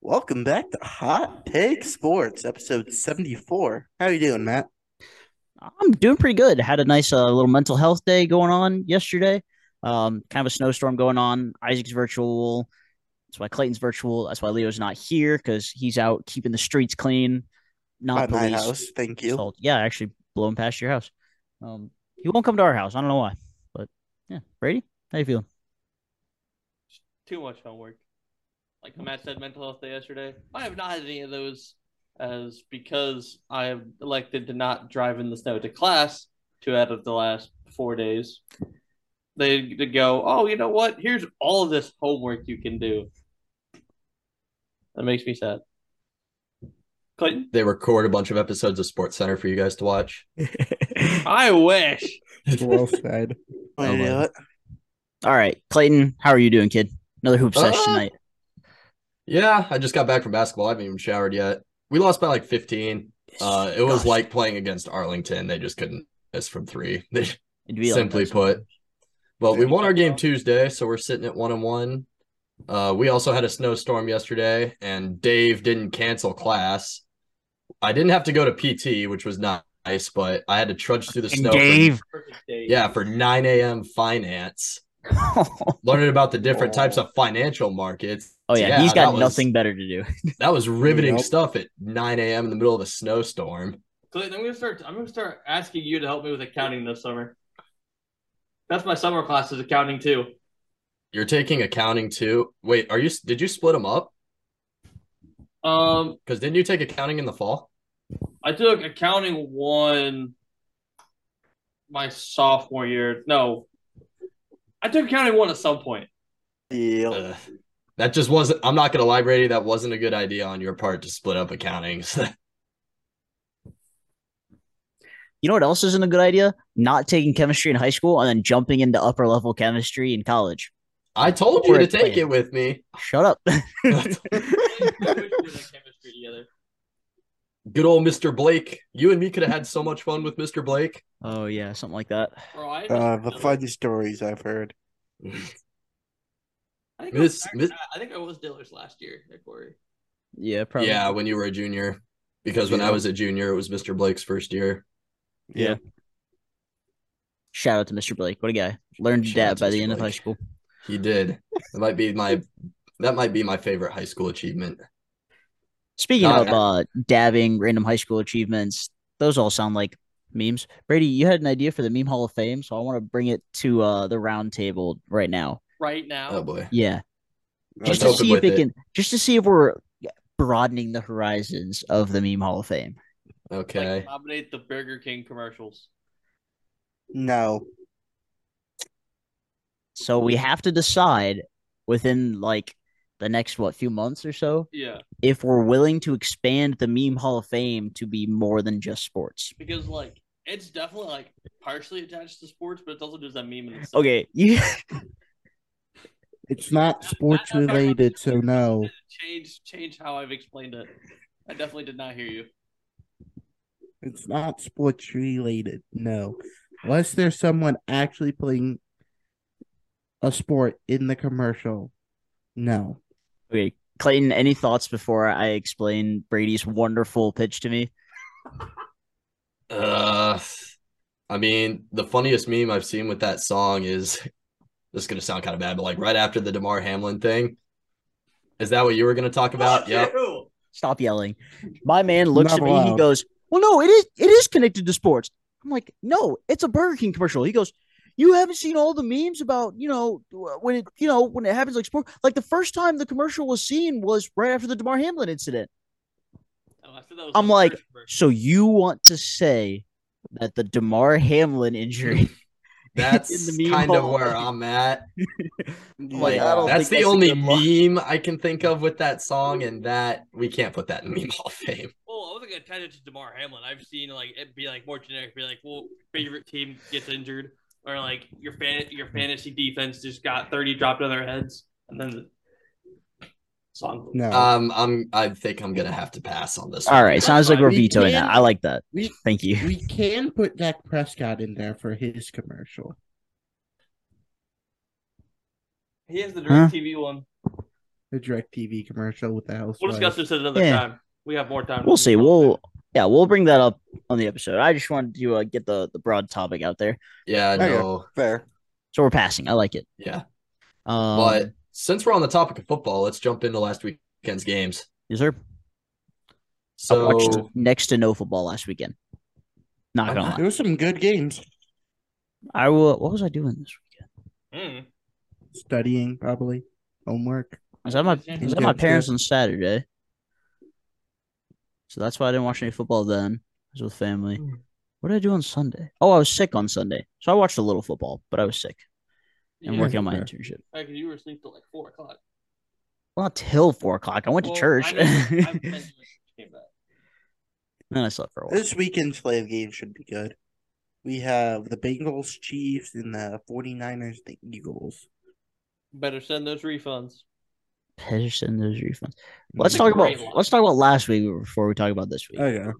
Welcome back to Hot Take Sports, episode 74. How are you doing, Matt? I'm doing pretty good. Had a nice uh, little mental health day going on yesterday. Um, kind of a snowstorm going on. Isaac's virtual. That's why Clayton's virtual. That's why Leo's not here because he's out keeping the streets clean. Not At my police. house. Thank you. So, yeah, actually blowing past your house. Um, he won't come to our house. I don't know why, but yeah, Brady, how you feeling? too much homework. Like Matt said, mental health day yesterday. I have not had any of those as because I have elected to not drive in the snow to class two out of the last four days. They, they go, oh, you know what? Here's all of this homework you can do. That makes me sad. Clayton, They record a bunch of episodes of Sports Center for you guys to watch. I wish. well said. Wanna do well. it? All right, Clayton, how are you doing, kid? Another hoop session Uh, tonight. Yeah, I just got back from basketball. I haven't even showered yet. We lost by like 15. Uh, it was Gosh, like playing against Arlington. They just couldn't miss from three. They it'd be like simply that put. sometimes. Well, we won our game Tuesday, so we're sitting at one and one. Uh, we also had a snowstorm yesterday, and Dave didn't cancel class. I didn't have to go to PT, which was nice, but I had to trudge through the Fucking snow. for- Dave. Perfect day. yeah, for 9 a.m. finance. learning about the different types of financial markets. oh yeah, he's got that nothing better to do. Was, that was riveting Nope. stuff at 9 a.m. in the middle of a snowstorm. Clayton, I'm gonna start. I'm gonna start asking you to help me with accounting this summer. That's my summer class is accounting too. You're taking accounting too. Wait, are you? Did you split them up? Um, Because didn't you take accounting in the fall? I took accounting one my sophomore year. No, I took accounting one at some point. Deal. Ugh. that just wasn't. I'm not gonna lie, Brady. That wasn't a good idea on your part to split up accounting. You know what else isn't a good idea? Not taking chemistry in high school and then jumping into upper level chemistry in college. I told you to take it with me. Shut up. Good old Mr. Blake. You and me could have had so much fun with Mr. Blake. oh yeah, something like that. Bro, I Uh, the fun stories I've heard. I think, Miss- I, was, Miss- I think I was Diller's last year at Corey. Yeah, probably. Yeah, when you were a junior. Because when Yeah. I was a junior, it was Mr. Blake's first year. Yeah. Shout out to Mr. Blake. What a guy. Learned to Shout out dab to by the Mr. end of high Blake. school. He did. That might be my that might be my favorite high school achievement. Speaking Nah, of uh, dabbing, random high school achievements, those all sound like memes. Brady, you had an idea for the meme hall of fame, so I want to bring it to uh, the round table right now. Right now, Oh boy. Yeah, Let's just to open see if with it it. can, just to see if we're broadening the horizons of the meme hall of fame. like, Okay. nominate the Burger King commercials. No. So we have to decide within like the next what few months or so Yeah, if we're willing to expand the meme hall of fame to be more than just sports. because like it's definitely like partially attached to sports, but it's also just a meme. In itself. Oh. Okay, you It's not sports related, so no. Change, change how I've explained it. I definitely did not hear you. It's not sports related, no. Unless there's someone actually playing a sport in the commercial. No. okay, Clayton, any thoughts before I explain Brady's wonderful pitch to me? Uh I mean, the funniest meme I've seen with that song is this is gonna sound kind of bad, but like right after the DeMar Hamlin thing. Is that what you were gonna Oh, talk about? Yep. Ew. Stop yelling. My man looks Not at me, he allowed. goes, "Well, no, it is it is connected to sports." I'm like, "No, it's a Burger King commercial." He goes, "You haven't seen all the memes about, you know, when it, you know, when it happens like sport. Like the first time the commercial was seen was right after the DeMar Hamlin incident." Oh, I said that was I'm the like, first version. So you want to say that the DeMar Hamlin injury? That's In the meme kind of hall. where I'm at. Like Yeah. I don't that's think that's a the only good line. meme I can think of with that song, and that we can't put that in meme hall of fame. Well, I wasn't gonna attach it to Demar Hamlin. I've seen like it be like more generic, be like, well, favorite team gets injured, or like your fan your fantasy defense just got thirty dropped on their heads, and then the song. No. Um, I'm I think I'm gonna have to pass on this. All right, sounds like we're We vetoing that. can- I like that. we- Thank you. we can put Dak Prescott in there for his commercial. He has the Huh? direct TV one. the direct TV commercial with the house. We'll discuss this at another Yeah. time. We have more time. We'll see. We'll yeah, we'll bring that up on the episode. I just wanted to uh, get the the broad topic out there, Yeah, Okay. no. Fair. so we're passing. I like it. Yeah. Um, but since we're on the topic of football, let's jump into last weekend's games. yes, sir. I watched So next to no football last weekend. Not I'm gonna not- lie. There were some good games. I will. What was I doing this weekend? Mm. studying probably homework. Was that my Yeah, was that my yeah. parents on Saturday? So that's why I didn't watch any football then. I was with family. Hmm. What did I do on Sunday? Oh, I was sick on Sunday, so I watched a little football, but I was sick and Yeah, working on my fair. internship. because you were asleep till like four o'clock. Well, not till four o'clock. I went Well, to I church, know- I haven't then been to it since you came back. I slept for a while. This weekend's play of games should be good. We have the Bengals, Chiefs, and the 49ers, the Eagles. Better send those refunds. Pedersen, those refunds. Let's a talk about great line. let's talk about last week before we talk about this week. Okay.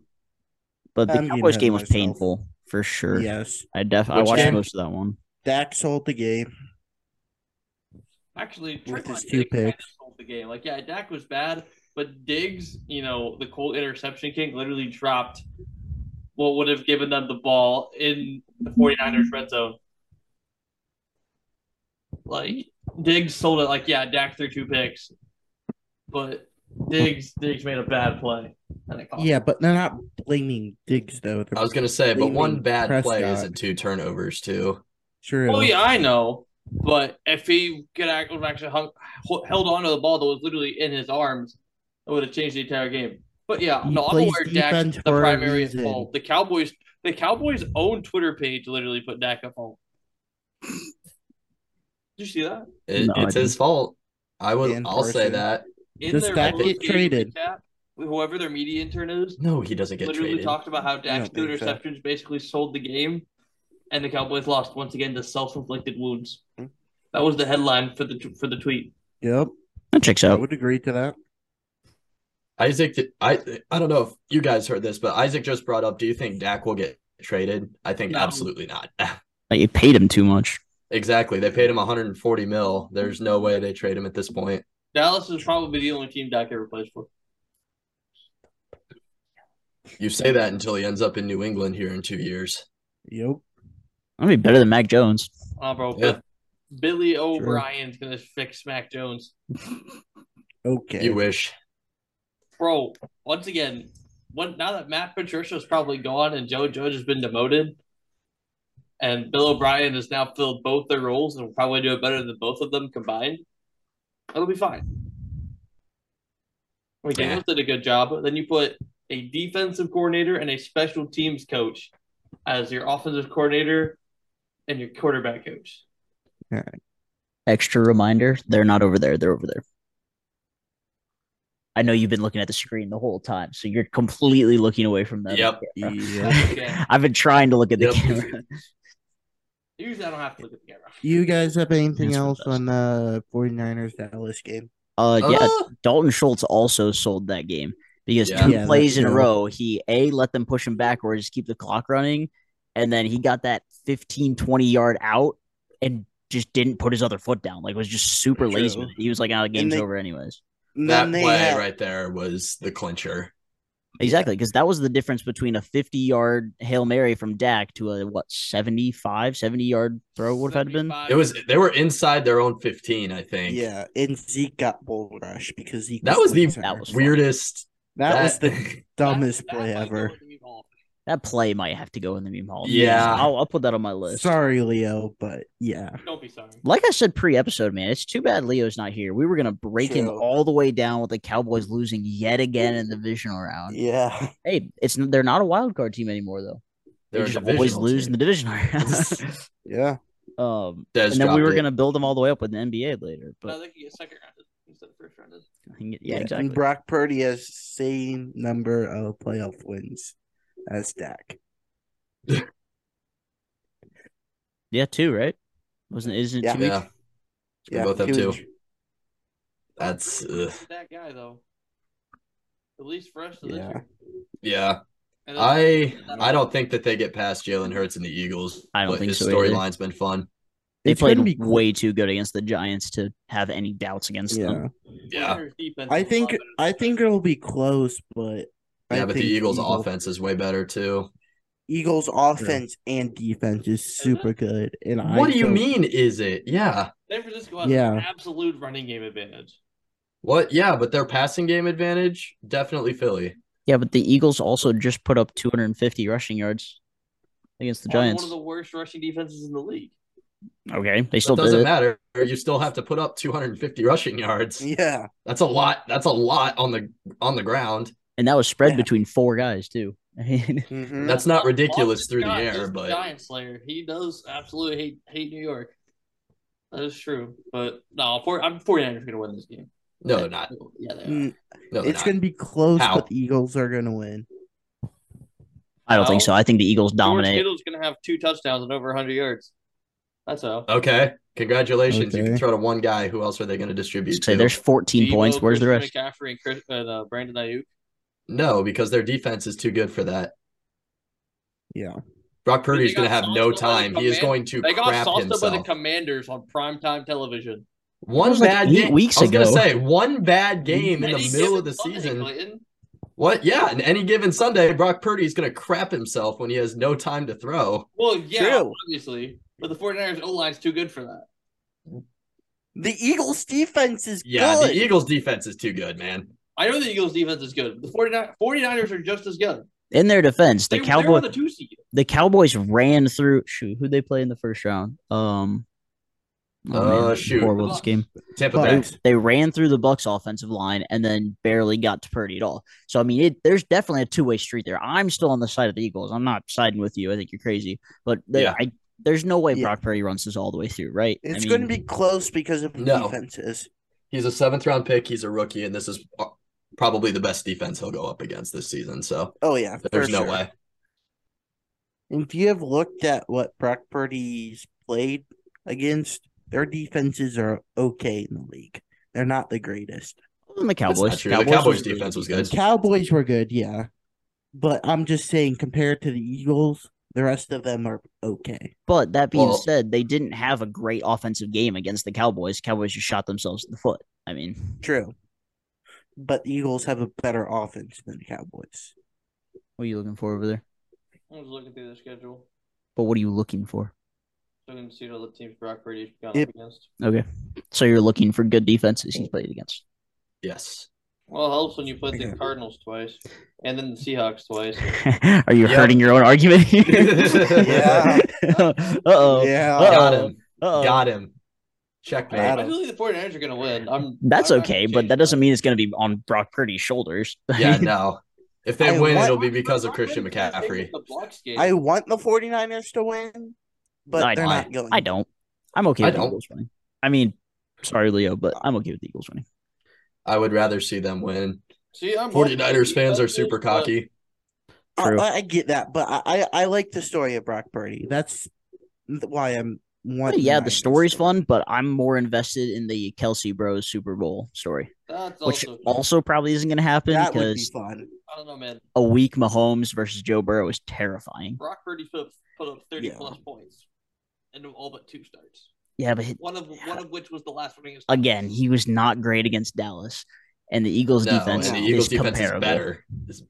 But the I'm getting Cowboys ahead of game was myself. painful for sure. Yes. I def I Which watched game? most of that one. Dak sold the game. Actually, With his Trayvon two Diggs kinda picks. sold the game. Like, yeah, Dak was bad, but Diggs, you know, the cold interception kick literally dropped what would have given them the ball in the 49ers red zone. Like, Diggs sold it. Like, yeah, Dak threw two picks, but Diggs Diggs made a bad play. And it cost Yeah, but they're not blaming Diggs though. They're I was gonna say, but one Leaving bad play Prescott. isn't two turnovers too. true. Oh yeah, I know. But if he could act, would have actually hung, h- held on to the ball that was literally in his arms, it would have changed the entire game. But yeah, He no, I'm plays aware Dak's defense the for a primary reason. fault. The Cowboys, the Cowboys' own Twitter page literally put Dak at fault. Did you see that? It, No, I it's his fault. I would. In I'll say person. that. In Does Dak post-game get traded? recap, whoever their media intern is, No, he doesn't get literally traded. talked about how I Dak's don't two think so. interceptions basically sold the game, and the Cowboys lost once again to self-inflicted wounds. Hmm. That was the headline for the for the tweet. Yep. That checks I out. would agree to that. Isaac, did- I I don't know if you guys heard this, but Isaac just brought up. Do you think Dak will get traded? I think No. absolutely not. Like it paid him too much. exactly. They paid him 140 mil. There's no way they trade him at this point. Dallas is probably the only team Dak ever plays for. You say that until he ends up in New England here in two years. Yep. I'd be better than Mac Jones. Uh, bro, Yeah. Bi- Billy O'Brien's gonna fix Mac Jones, Okay. You wish. bro. Once again, what now that Matt Patricia's probably gone and Joe Judge has been demoted, and Bill O'Brien has now filled both their roles and will probably do it better than both of them combined. It'll be fine. I mean, Daniels did a good job. Then you put a defensive coordinator and a special teams coach as your offensive coordinator and your quarterback coach. Extra reminder, they're not over there, they're over there. I know you've been looking at the screen the whole time, so you're completely looking away from them. Yep. Yep. Okay. I've been trying to look at the Yep. camera. Usually I don't have to look at the camera. You guys have anything That's else fantastic. on the 49ers Dallas game? Uh yeah, Uh, Dalton Schultz also sold that game because Yeah. two Yeah, that plays in a too. row, he A, let them push him backwards, keep the clock running, and then he got that 15, 20 yard out and just didn't put his other foot down. Like, was just super lazy. True. with it. He was like, oh, the game's they- over anyways. And that then they play had- right there was the clincher. Exactly. Because that was the difference between a 50 yard Hail Mary from Dak to a, what, 75, 70 yard throw would have had been? 75. It was they were inside their own 15, I think. Yeah, and Zeke got bull rushed because Zeke. That was the- center. That was- Weirdest. that, was that- the dumbest That- that play might go ever. with me all. That play might have to go in the meme hall. Yeah. I'll, I'll put that on my list. Sorry, Leo, but yeah. Don't be sorry. like I said pre-episode, man, it's too bad Leo's not here. We were gonna break him True. all the way down with the Cowboys losing yet again in the divisional Uh, round. Yeah, Hey, it's they're not a wild card team anymore though. They They're just a always divisional lose in team. the divisional round. yeah. um, and then Dez we dropped were it. gonna build them all the way up with the NBA later. But, But they could get second rounded instead of first rounded. yeah, And exactly. Brock Purdy has same number of playoff wins as Dak. yeah, two right? Wasn't isn't it Yeah. two weeks? Yeah, we both have two. huge. That's uh, That guy though. At least for us this Yeah. year. yeah. And then- I I don't think that they get past Jalen Hurts and the Eagles. I don't but think his so either. storyline's been fun. They It's gonna be- played way too good against the Giants to have any doubts against them. Yeah. Yeah. Warriors defense I is a think lot better I than think it'll be close, but I Yeah, but the think Eagles' Eagle- offense is way better too. Eagles offense and defense is Mm-hmm. super good. And I What do you don't- mean? Is it? Yeah. San Francisco has Yeah. an absolute running game advantage. What? Yeah, but their passing game advantage definitely Philly. Yeah, but the Eagles also just put up 250 rushing yards against the On Giants. One of the worst rushing defenses in the league. Okay, they It still did doesn't it. matter. You still have to put up 250 rushing yards. Yeah, That's a lot. That's a lot on the on the ground. and that was spread Yeah. between four guys too. I mean, mhm. That's not Boston ridiculous through the Scott air, is the but Giant Slayer. He does absolutely hate hate New York. That is true. But no, for, I'm 49ers are gonna win this game. no, they're not. Yeah, they are. Mm, No, they're it's not. gonna be close, How? but the Eagles are gonna win. I don't think Wow. so. I think the Eagles George dominate. Kittle's gonna have two touchdowns and over 100 yards. That's how. Okay. Congratulations. You Okay. can throw to one guy. Who else are they going to distribute Say to? there's 14 Debo, points. Where's the Christian rest? McCaffrey and, Chris, and uh, Brandon Ayuk. No, because their defense is too good for that. Yeah. Brock Purdy is They got going to have no sauced by the time. He is command- going to They got crap sauced up by the himself. Commanders on primetime television. One was like bad eight game. weeks I was going to ago. say one bad game in Any the middle given of the Sunday, season. Clayton. What? Yeah, in any given Sunday, Brock Purdy is going to crap himself when he has no time to throw. Well, yeah, True. obviously. But the 49ers O line's too good for that. The Eagles defense is Yeah, good. the Eagles defense is too good, man. I know the Eagles defense is good. The 49, 49ers are just as good. In their defense, the they, Cowboy They're the two seed. the Cowboys ran through. Shoot, who they play in the first round? Um, oh, Uh, shoot. horrible this game. Tampa But- Bay. They ran through the Bucks offensive line and then barely got to Purdy at all. So I mean, it, there's definitely a two way street there. I'm still on the side of the Eagles. I'm not siding with you. I think you're crazy, but they, Yeah. I, there's no way Yeah. Brock Purdy runs this all the way through, right? I It's mean, gonna be close because of the No. defenses. He's a seventh round pick. He's a rookie, and this is uh, probably the best defense he'll go up against this season. So Oh yeah, for there's no sure. way. If you have looked at what Brock Purdy's played against, their defenses are okay in the league. They're not the greatest. the Cowboys. That's not true. the Cowboys defense was good. Cowboys were good, yeah. But I'm just saying, compared to the Eagles, the rest of them are okay. But that being Well- said, they didn't have a great offensive game against the Cowboys. Cowboys just shot themselves in the foot. I mean, True. But the Eagles have a better offense than the Cowboys. what are you looking for over there? I was looking through the schedule. But what are you looking for? Looking to see what other teams Brock Brady's gone Yep. up against. Okay, so you're looking for good defenses he's played against. Yes. Well, it helps when you put the Yeah. Cardinals twice and then the Seahawks twice. Are you Yeah. hurting your own argument? here? Yeah. Uh oh. yeah. Uh-oh. Got him. Uh-oh. Got him. Checkmate. Got I him. feel like the 49ers are going to win. I'm, That's I'm not okay, gonna but change that doesn't mean it's going to be on Brock Purdy's shoulders. Yeah, no. If they I win, want- it'll be because of Christian Brock Brady's gonna take McCaffrey. The blocks game. I want the 49ers to win, but I- they're I- not going. I don't. I'm okay I with the don't. Eagles winning. I mean, sorry, Leo, but I'm okay with the Eagles winning. I would rather see them win. see, I'm watching 49ers fans are defenses, super but cocky. I- True. I, I get that, but I, I, I like the story of Brock Purdy. That's th- why I'm one. yeah, the story's fun, but I'm more invested in the Kelsey Bros Super Bowl story, That's which also, also probably isn't going to happen That would be because fun. I don't know, man. a weak Mahomes versus Joe Burrow is terrifying. Brock Purdy put up, put up 30 Yeah. plus points in all but two starts. Yeah, but One of one of which was the last one against. again, he was not great against Dallas, and the Eagles No, and defense the no. Eagles is defense comparable. is better. It's-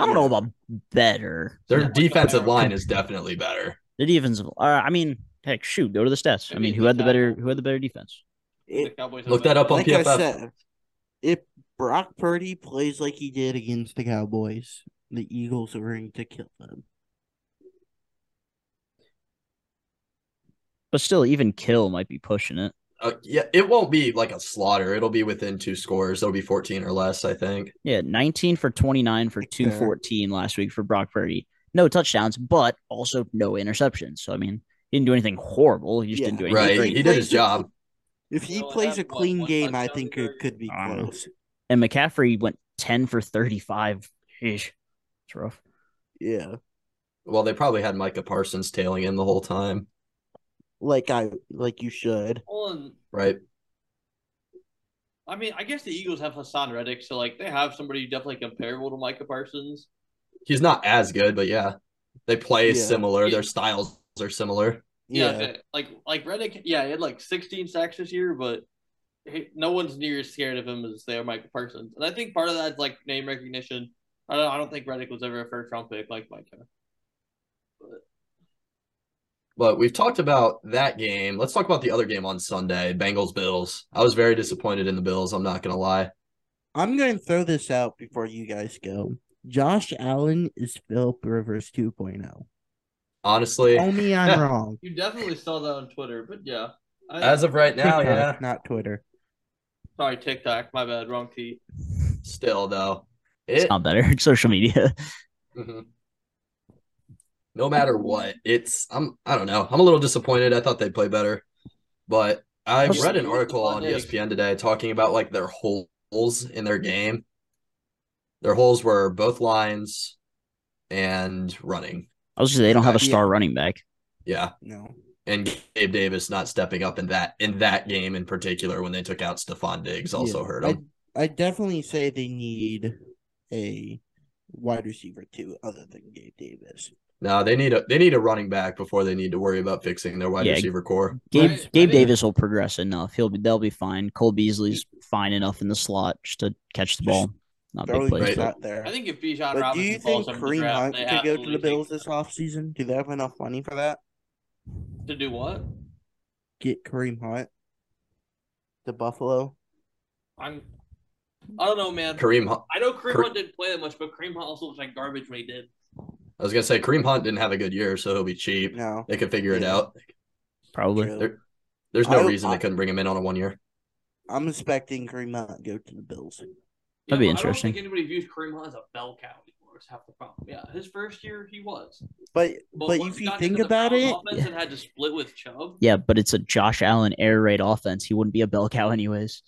I don't know about better. Their No. defensive line is definitely better. The defensive. Uh, I mean, heck, shoot, go to the stats. I mean, who had the better? Who had the better defense? the It, Cowboys. Look that up on like I PFF. said, if Brock Purdy plays like he did against the Cowboys, the Eagles are going to kill them. But still, even Kill might be pushing it. Uh, yeah, it won't be like a slaughter. It'll be within two scores. It'll be 14 or less, I think. Yeah, nineteen for twenty nine for two fourteen last week for Brock Purdy. No touchdowns, but also no interceptions. So I mean, he didn't do anything horrible. He just didn't do Yeah. anything. Right. great. He did his job. If he Well, it plays had, a what, clean one game, I touchdown think in it could be I don't know. close. And McCaffrey went ten for thirty five. It's rough. Yeah, Well, they probably had Micah Parsons tailing in the whole time, like I like you should. On, right? I mean, I guess the Eagles have Hassan Reddick, so like they have somebody definitely comparable to Micah Parsons. He's not as good, but yeah, they play Yeah. similar. Their styles are similar. Yeah, okay. like like Reddick, yeah, he had like 16 sacks this year, but he, no one's near as scared of him as they are Michael Parsons, and I think part of that's like name recognition. I don't, I don't think Reddick was ever a first round pick like Micah. But we've talked about that game. Let's talk about the other game on Sunday, Bengals Bills. I was very disappointed in the Bills, I'm not going to lie. I'm going to throw this out before you guys go. Josh Allen is Philip Rivers 2.0. Honestly, Tell me I'm wrong. You definitely saw that on Twitter, but yeah, I, as of right now, TikTok, yeah. Not Twitter. sorry TikTok, my bad, wrong T. Still though, It's it not better. Social media. Mhm. no matter what, it's I'm I don't know. I'm a little disappointed. I thought they'd play better, but I Plus- read an article on E Monday. ESPN today talking about like their holes in their game. Their holes were both lines and running. I was just they don't have a Yeah. star running back. Yeah, No. and Gabe Davis not stepping up in that in that game in particular when they took out Stephon Diggs also Yeah. hurt I- him. I definitely say they need a wide receiver too, other than Gabe Davis. No, they need a they need a running back before they need to worry about fixing their wide Yeah. receiver core. Gabe Right. Gabe I didn't- Davis will progress enough. He'll be they'll be fine. Cole Beasley's fine enough in the slot just to catch the Just ball. Not big Throwing plays. right. Right. out there. I think if Bijan but do Robinson you falls think up in the Kareem draft, Hunt they could go to absolutely the Bills take- this offseason? Do they have enough money for that? to do what? Get Kareem Hunt to Buffalo? I'm, I don't know, man. Kareem, Hu- I know Kareem Kare- Hunt didn't play that much, but Kareem Hunt also looks like garbage when he did. I was gonna say Kareem Hunt didn't have a good year, so he'll be cheap. No. They could figure it Yeah. out. Probably. True. They're- There's no I- reason I- they couldn't bring him in on a one year. I'm expecting Kareem Hunt to go to the Bills. That'd be but interesting. I don't think anybody views Kareem Hunt as a bell cow anymore. Is half the problem. Yeah, his first year he was, But But once if he you got think into the about Browns it- offense and had to split with Chubb. Yeah, but it's a Josh Allen air raid offense. He wouldn't be a bell cow anyways.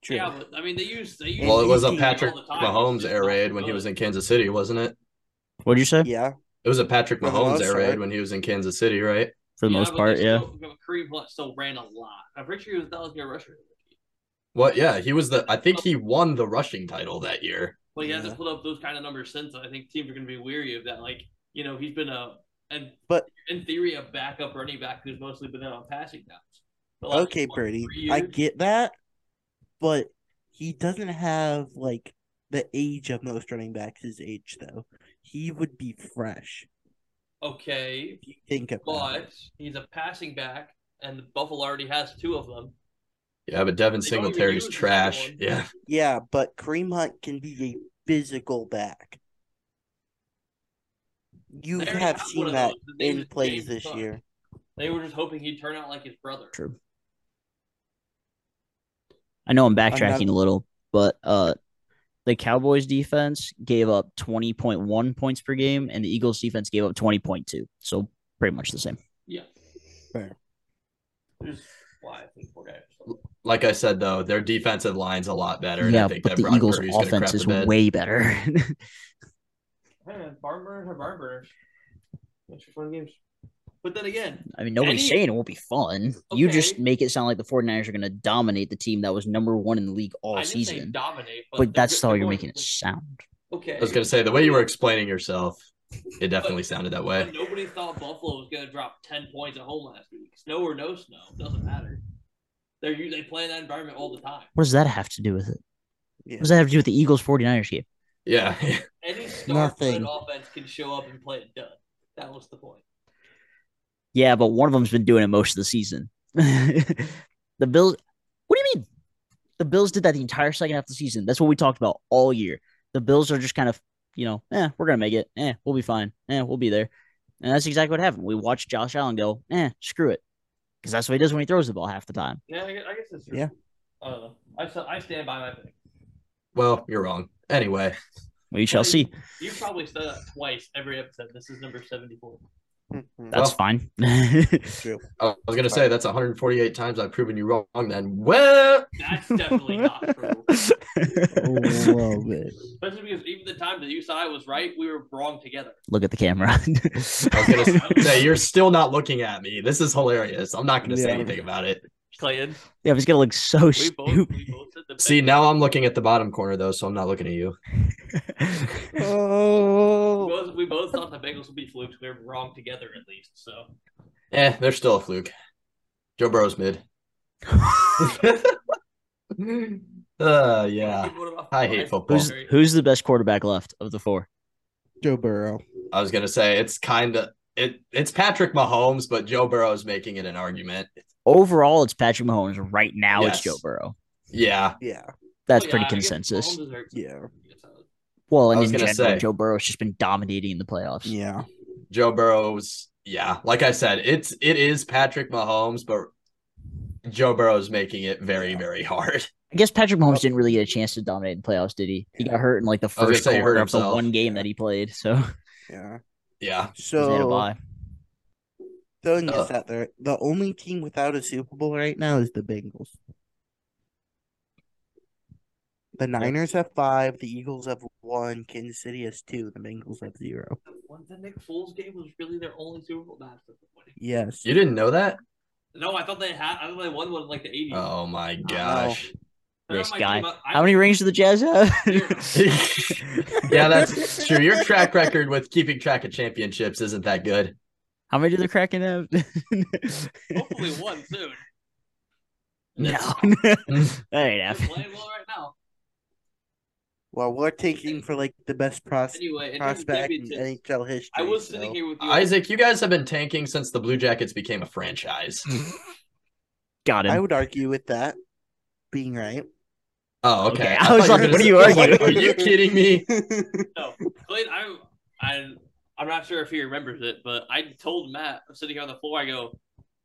true. Yeah, but I mean they use they use. Well, it was a he- Patrick all the time, Mahomes he's air not raid when he good. was in Kansas City, wasn't it? What'd you say? yeah. It was a Patrick For the Mahomes most air raid part. when he was in Kansas City, right? For the Yeah, most but part, they yeah. still- Kareem Hunt still ran a lot. I'm pretty sure he was Dallas year rusher, What? Yeah, he was the. I think he won the rushing title that year. but he Yeah. hasn't put up those kind of numbers since. I think teams are going to be weary of that. Like you know he's been a and But- in theory a backup running back who's mostly been out on passing downs. The last, Okay, what, Brady. three I years? get that. But he doesn't have like the age of most running backs his age though. He would be fresh. Okay, If you think about it. but he's a passing back, and Buffalo already has two of them. Yeah, but Devin They don't even use Singletary's the second trash. one. Yeah, Yeah, but Kareem Hunt can be a physical back. You They already have have one seen of that those. His name in is plays James this Cook. year. They were just hoping he'd turn out like his brother. True. I know I'm not- backtracking a little, but uh the Cowboys defense gave up 20.1 points per game and the Eagles defense gave up 20.2. So pretty much the same. Yeah. Fair. There's why I think four guys. like I said though, their defensive line's a lot better. and I yeah, think but that the Brock Eagles Purdy's gonna crap offense the is bed. way better. Hey man, barn burners are barn burners. Makes for fun games. But then again, I mean, nobody's Any- saying it won't be fun. You just Okay. make it sound like the 49ers are going to dominate the team that was number one in the league all I didn't say season. dominate, but, But they're that's go- how they're you're going- making it sound. Okay. I was gonna say the way you were explaining yourself, it definitely sounded that way. But Nobody thought Buffalo was going to drop ten points at home last week. Snow or no snow, doesn't matter. They're u- they play in that environment all the time. What does that have to do with it? Yeah. What does that have to do with the Eagles 49ers game? Yeah, Any star-studded Nothing. offense can show up and play it done. That was the point. Yeah, but one of them's been doing it most of the season. the Bills. What do you mean? The Bills did that the entire second half of the season. That's what we talked about all year. The Bills are just kind of, you know, eh, we're gonna make it. Eh, we'll be fine. Eh, we'll be there. And that's exactly what happened. We watched Josh Allen go, eh, screw it, because that's what he does when he throws the ball half the time. Yeah, I guess, I guess it's true. Yeah. I don't know. I, s- I stand by my pick. well, you're wrong. Anyway, We shall Well, see. You probably said that twice every episode. This is number seventy-four. Mhm. That's Well- fine. True. I was gonna say that's 148 times I've proven you wrong. Then well, That's definitely not true. A little bit. Especially because even the time that you said I was right, we were wrong together. Look at the camera. I was gonna say you're still not looking at me. This is hilarious. I'm not gonna say Yeah. anything about it. Clayton, yeah, it's gonna look so we both, stupid. we both said the See, now I'm looking at the bottom corner though, so I'm not looking at you. We Oh, both, we both thought the Bengals would be flukes. We were wrong together at least. So Eh, they're still a fluke. Joe Burrow's mid. uh, yeah. I hate football. Who's who's the best quarterback left of the four? Joe Burrow. I was gonna say it's kind of it. It's Patrick Mahomes, but Joe Burrow's making it an argument. Overall, it's Patrick Mahomes. Right now, Yes. Oh, it's Joe Burrow. Yeah, Yeah. That's pretty consensus. Yeah. uh, Well, and I was in gonna general, say. Joe Burrow's just been dominating in the playoffs. Yeah. Joe Burrow's. Yeah, like I said, it's it is Patrick Mahomes, but Joe Burrow's making it very very hard. I guess Patrick Mahomes didn't really get a chance to dominate in the playoffs, did he? He got hurt in like the gonna first say he hurt quarter of the himself. one game that he played. So Yeah. Yeah, he's had a So bye. throwing this Uh. out there, the only team without a Super Bowl right now is the Bengals. The Niners have five, the Eagles have one, Kansas City has two, the Bengals have zero. The Nick Foles game was really their only Super Bowl match. Yes. you didn't know that? No, I thought they had. I thought they won one in like the eighties. Oh my gosh. This guy. How many rings do the Jazz have? yeah, that's true. Your track record with keeping track of championships isn't that good. How many do the Kraken have? Hopefully, one soon. no, that ain't They're happening. playing well right now. Well, we're taking for like the best pros- Anyway, in terms of prospect in championships, NHL history. I was so- sitting here with you. Isaac, you guys have been tanking since the Blue Jackets became a franchise. Got him. I would argue with that being right. Oh, Okay, okay. I was thought like, were what are gonna- you I was like, arguing? Are you kidding me? No, Clint, I, I, I'm not sure if he remembers it, but I told Matt, I'm sitting here on the floor, I go,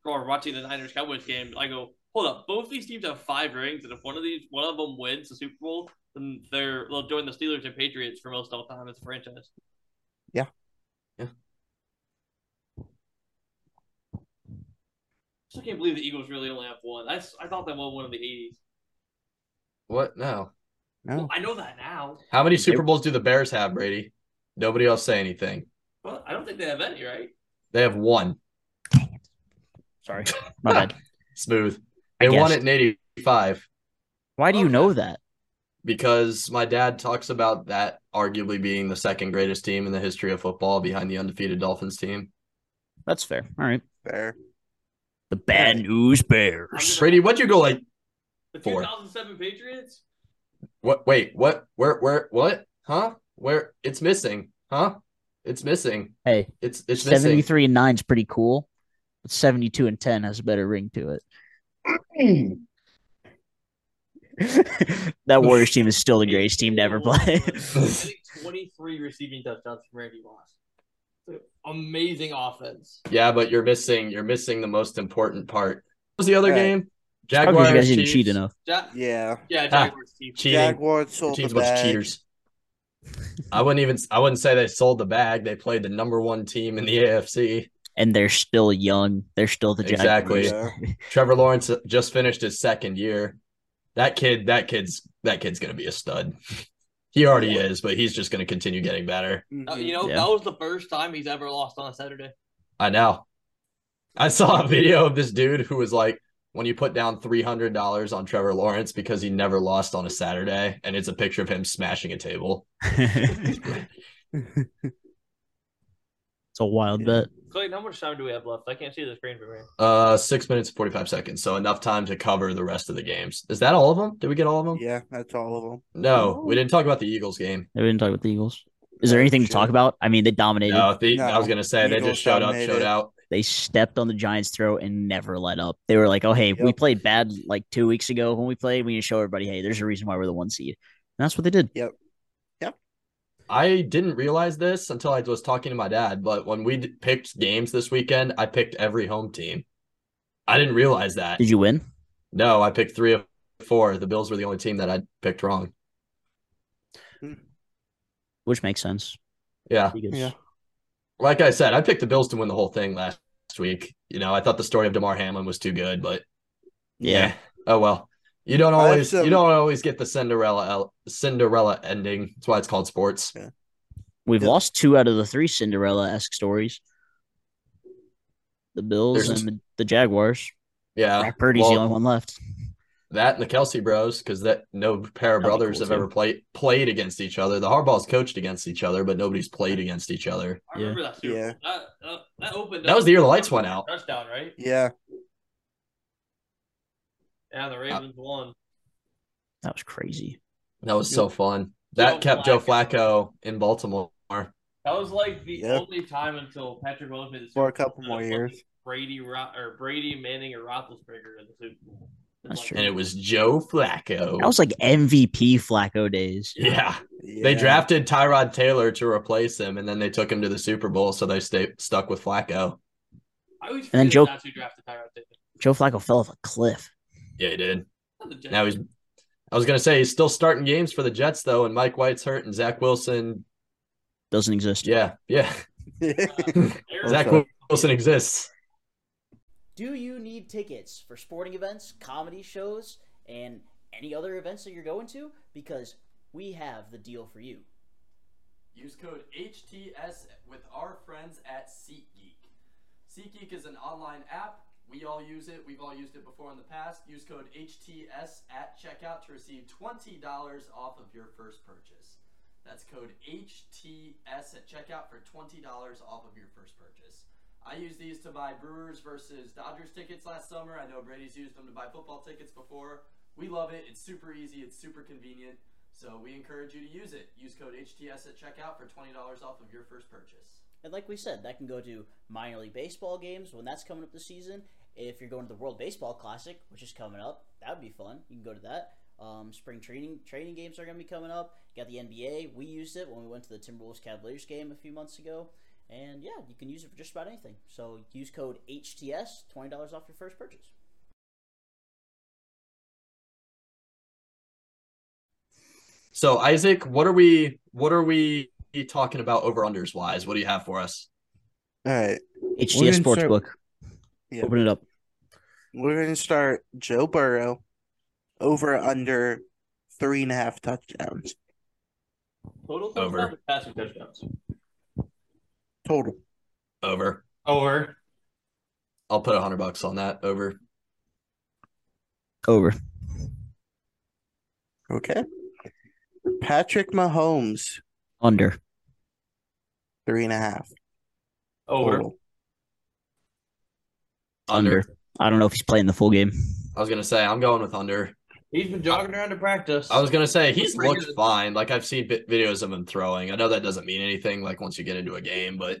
or watching the Niners Cowboys game, I go, hold up, both these teams have five rings, and if one of these, one of them wins the Super Bowl, then they're they'll join the Steelers and Patriots for most all time as a franchise. Yeah. Yeah. I can't believe the Eagles really only have one. I, s- I thought they won one in the 80s. What? No. No. I know that now, How many Super Bowls do the Bears have, Brady? Nobody else say anything. but I don't think they have any, right? They have one. Sorry, my bad. Smooth. I They won guessed. it in 85 Why do you know that? because my dad talks about that arguably being the second greatest team in the history of football behind the undefeated Dolphins team. That's fair. All right. Fair. The bad news bears. Brady, what'd you go like? The Four. 2007 Patriots? What? Wait, what? Where? Where? What? Huh? Where? It's missing. Huh? It's missing. Hey, It's it's missing. seventy-three and nine is pretty cool, but seventy-two and ten has a better ring to it. that Warriors team is still the greatest team to ever play. I think 23 receiving touchdowns from Randy Moss. Amazing offense. Yeah, but you're missing. You're missing the most important part. What was the other Right. game? How come Jaguars. you guys didn't Chiefs. cheat enough? Ja- Yeah. yeah, Ah. Jaguars team. Cheating. Jaguars Your sold team's the a bunch of bag. cheaters. I wouldn't even. I wouldn't say they sold the bag. They played the number one team in the AFC. And they're still young. They're still the Jaguars. Exactly. Yeah. Trevor Lawrence just finished his second year. That kid. That kid's. That kid's gonna be a stud. He already is, but he's just gonna continue getting better. Uh, you know, Yeah. that was the first time he's ever lost on a Saturday. I know. I saw a video of this dude who was like, when you put down $300 on Trevor Lawrence because he never lost on a Saturday, and it's a picture of him smashing a table. it's Mm-hmm. a wild bet. Clayton, how much time do we have left? I can't see the screen from here. Uh, six minutes, 45 seconds. So enough time to cover the rest of the games. Is that all of them? Did we get all of them? Yeah, that's all of them. No, we didn't talk about the Eagles game. I didn't talk about the Eagles. Is there anything to talk about? I mean, they dominated. No, the, I No. was going to say they Eagles just showed up, dominated. showed out. They stepped on the Giants' throat and never let up. They were like, "Oh, hey, we Yep. played bad like two weeks ago when we played. We need to show everybody, hey, there's a reason why we're the one seed." And that's what they did. I didn't realize this until I was talking to my dad, but when we d- picked games this weekend, I picked every home team. I didn't realize that. Did you win? No, I picked three of four. The Bills were the only team that I picked wrong. Which makes sense. Yeah. Because Yeah. Like I said, I picked the Bills to win the whole thing last week. You know, I thought the story of DeMar Hamlin was too good, but Yeah. eh. Oh well. You don't I have always some- you don't always get the Cinderella el- Cinderella ending. That's why it's called sports. we've Yeah. lost two out of the three Cinderella-esque stories. The Bills There's- and the, the Jaguars. Yeah. Brock Purdy's the well- only one left. That and the Kelsey bros, because that no pair That'd be of brothers cool, have too. ever played played against each other. The Harbaughs coached against each other, but nobody's played against each other. I Yeah. remember that Super Yeah. Bowl. That, that, that opened. That was the year the lights went out. Touchdown, right? Yeah. Yeah, Ah. the Ravens won. That was crazy. That was so fun. That Joe kept Joe Flacco. Flacco in Baltimore. That was like the Yep. only time until Patrick Mahomes made the Super For a Bowl couple that more fucking years. Brady Ro- or Brady Manning or Roethlisberger in the Super Bowl. It's That's like- true. And it was Joe Flacco. That was like MVP Flacco days. yeah. They Yeah. drafted Tyrod Taylor to replace him, and then they took him to the Super Bowl, so they stay stuck with Flacco. I always then forget Joe- not to draft the Tyrod Taylor. Joe Flacco fell off a cliff. Yeah, he did. Not the Jets. Now he's. I was gonna say he's still starting games for the Jets though, and Mike White's hurt, and Zach Wilson. Doesn't exist. Yeah, yeah. They're- Zach Wilson exists. Do you need tickets for sporting events, comedy shows, and any other events that you're going to? Because we have the deal for you. Use code HTS with our friends at SeatGeek. SeatGeek is an online app. We all use it. We've all used it before in the past. Use code HTS at checkout to receive $20 off of your first purchase. That's code HTS at checkout for $20 off of your first purchase. I used these to buy Brewers versus Dodgers tickets last summer. I know Brady's used them to buy football tickets before. We love it. It's super easy, it's super convenient. So we encourage you to use it. Use code HTS at checkout for $20 off of your first purchase. And like we said, that can go to minor league baseball games when that's coming up this season. If you're going to the World Baseball Classic, which is coming up, that would be fun. You can go to that. Um, spring training training games are going to be coming up. You got the NBA. We used it when we went to the Timberwolves Cavaliers game a few months ago. And yeah, you can use it for just about anything. So use code HTS, $20 off your first purchase. So Isaac, what are we? What are we talking about over unders wise? What do you have for us? All right. We're HTS gonna start- Sportsbook. Yeah. Open it up. We're gonna start Joe Burrow over under three and a half touchdowns Total Over. touchdowns or passing touchdowns. total. Over. Over. I'll put a hundred bucks on that. Over. Over. Okay. Patrick Mahomes, Under. three and a half. Over. Total. I don't know if he's playing the full game. I was gonna say I'm going with under. He's been jogging around to practice. I was gonna say he's Pretty looked good. fine. Like I've seen vi- videos of him throwing. I know that doesn't mean anything. Like once you get into a game, but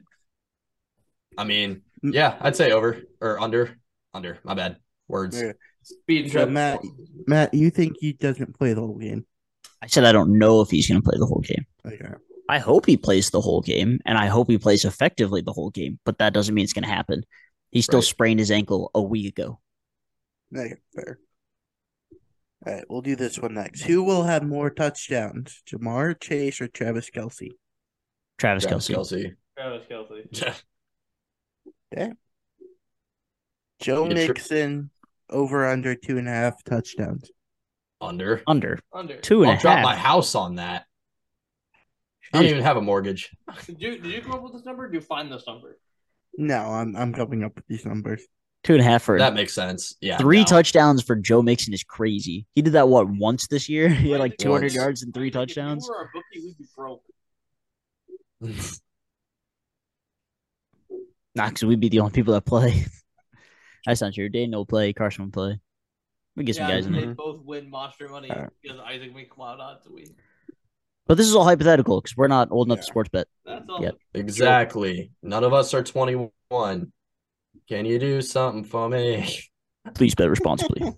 I mean, yeah, I'd say over or under, under. My bad. Words. Yeah. Speed and So, trip. Matt- Matt, you think he doesn't play the whole game? Oh, I said I don't know if he's going to play the whole game. Okay. I hope he plays the whole game and I hope he plays effectively the whole game, but that doesn't mean it's going to happen. He still Right. sprained his ankle a week ago. Okay, fair. All right, we'll do this one next. Who will have more touchdowns, Jamar Chase or Travis Kelsey? Travis, Travis Kelsey. Kelsey. Travis Kelsey. Joe Yeah, sure. Mixon over under two and a half touchdowns. under. Under Under. two and a I'll drop my half. house on that. I don't even have a mortgage. Did you, did you come up with this number? Or did you find this number? No, I'm I'm coming up with these numbers. Two and a half for That makes sense. Yeah. three no. touchdowns for Joe Mixon is crazy. He did that what once this year? He had like Once. 200 yards and three If you touchdowns. were a bookie, we'd be broke. Nah, because we'd be the only people that play. That's not true. Daniel will play. Carson will play. We get some Yeah, guys in they there. both win monster money Alright. because Isaac McCloud odds win. But this is all hypothetical because we're not old enough to Yeah. sports bet. That's all. Yep. Exactly. None of us are 21. Can you do something for me? Please bet responsibly.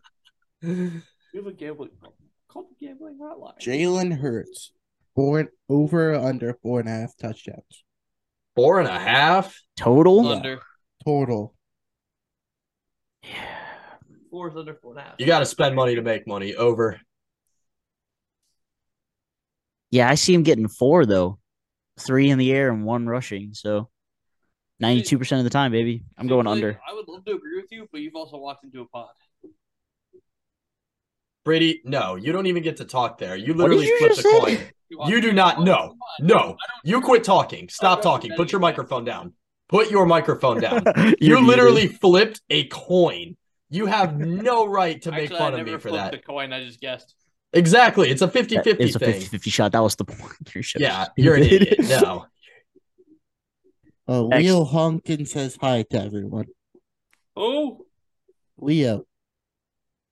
You have a gambling problem. Call the gambling hotline. Jalen Hurts, four and- over or under four and a half touchdowns Four and a half? Total? Under. total. Four is under four and a half. You got to spend money to make money. Over. Yeah, I see him getting four though, three in the air and one rushing. So ninety-two percent of the time, baby, I'm going Like, under. I would love to agree with you, but you've also walked into a pod. Brady, no, you don't even get to talk there. You What did literally you flipped a just say? coin. walked You do into a not pod. know. Come on. No, you quit talking. Stop talking. Put your microphone down. Put your microphone down. You're You muted. literally flipped a coin. You have no right to make Actually, fun I of never me for flipped that. A coin. I just guessed. Exactly. It's a 50 That- 50 It's a thing. 50-50 shot. That was the point. Your show's Yeah, you're an stupid. idiot. No. Uh, Leo Honkin says hi to everyone. Oh, Leo,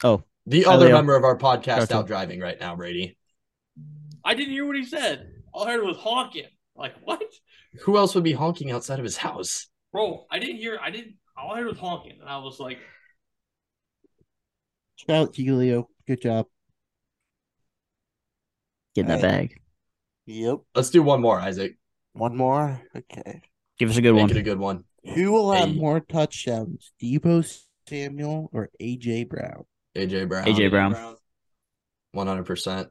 The Hi, other Leo. member of our podcast Gotcha. out driving right now, Brady. I didn't hear what he said. All I heard was honking. Like what, Who else would be honking outside of his house? bro? I didn't hear. I didn't. All I heard was honking, and I was like, shout out to you, Leo. Good job. Get in that bag. Yep. Let's do one more, Isaac. One more. Okay. Give us a good Make one. it a good one. Who will have Hey. more touchdowns, Debo Samuel or AJ Brown? AJ Brown. AJ Brown. One hundred percent.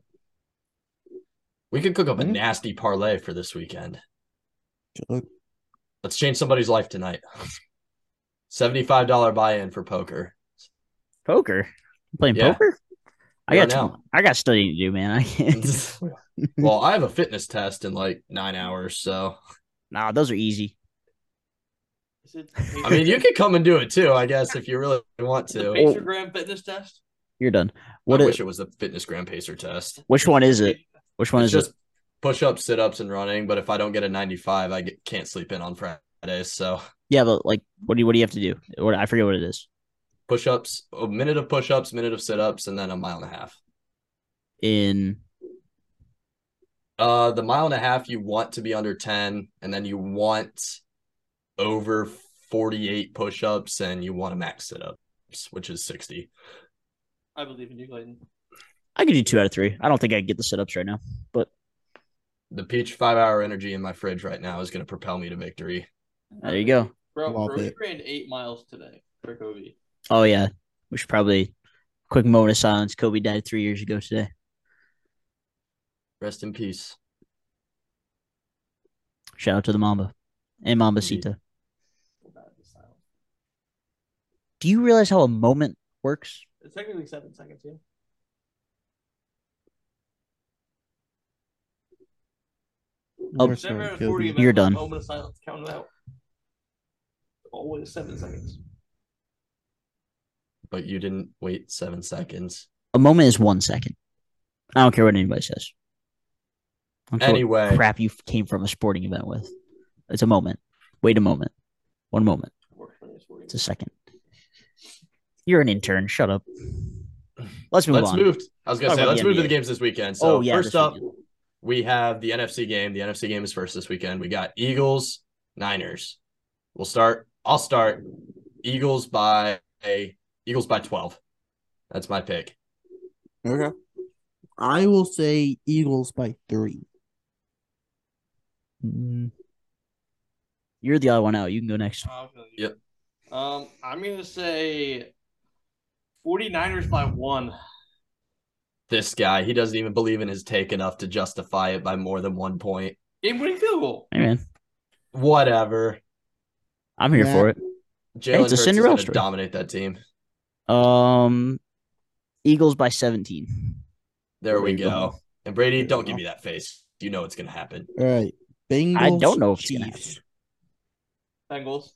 We could cook up a Mm-hmm. Hmm. nasty parlay for this weekend. Oh. Good. Let's change somebody's life tonight. Seventy-five dollar buy-in for poker. Poker. I'm playing Yeah. poker. I Yeah, Mm-hmm. got no. I got studying to do, man. I can't. well, I have a fitness test in like nine hours, so nah, those are easy. Is it? I mean, you could come and do it too, I guess, if you really want the to. Pacergram fitness test. You're done. What What I is, wish it was the fitness gram pacer test. which one is it? Which one It's is it? just push-ups, sit-ups, and running. But if I don't get a ninety-five, I get, can't sleep in on Fridays. So Yeah, but like, what do you, what do you have to do? What I forget what it is. push-ups, a minute of push-ups, minute of sit-ups, and then a mile and a half. In Uh, the mile and a half, you want to be under 10, and then you want over 48 push ups, and you want a max sit ups, which is 60. I believe in you, Clayton. I could do two out of three. I don't think I can get the sit ups right now. The peach five hour energy in my fridge right now is going to propel me to victory. There you go. Bro, Love bro, we it. ran eight miles today for Kobe. Oh yeah, we should probably quick moment of silence. Kobe died three years ago today. Rest in peace. Shout out to the Mamba and Mamba Indeed. Sita. It's Do you realize how a moment works? technically seven seconds, yeah. Oh, We're Seven sorry, out of Kobe. 40 You're minutes, done. Moment of silence, count it out. Always seven seconds. But you didn't wait seven seconds. A moment is one second. I don't care what anybody says. I don't care what Anyway, crap you came from a sporting event with. It's a moment. Wait a moment. One moment. Work when it's working. It's a second. You're an intern. Shut up. Let's move let's on. move. I was going Talk to say, about let's the move to the NBA. games this weekend. So, oh yeah. first this up, weekend. we have the NFC game. The NFC game is first this weekend. We got Eagles, Niners. We'll start. I'll start. Eagles by Eagles by twelve. That's my pick. Okay. I will say Eagles by three. Mm. You're the other one out. You can go next. I'll tell you. Um, I'm going to say 49ers by one. This guy, he doesn't even believe in his take enough to justify it by more than one point. Game winning field goal. Hey man, Whatever. I'm here Yeah. for it. Jalen it's a Hurts is Cinderella gonna story. dominate that team. Um, Eagles by 17. There we There you go. go. And Brady, There don't you give go. me that face. You know it's gonna happen. All right. Bengals. I don't know if it's gonna Chiefs. Bengals.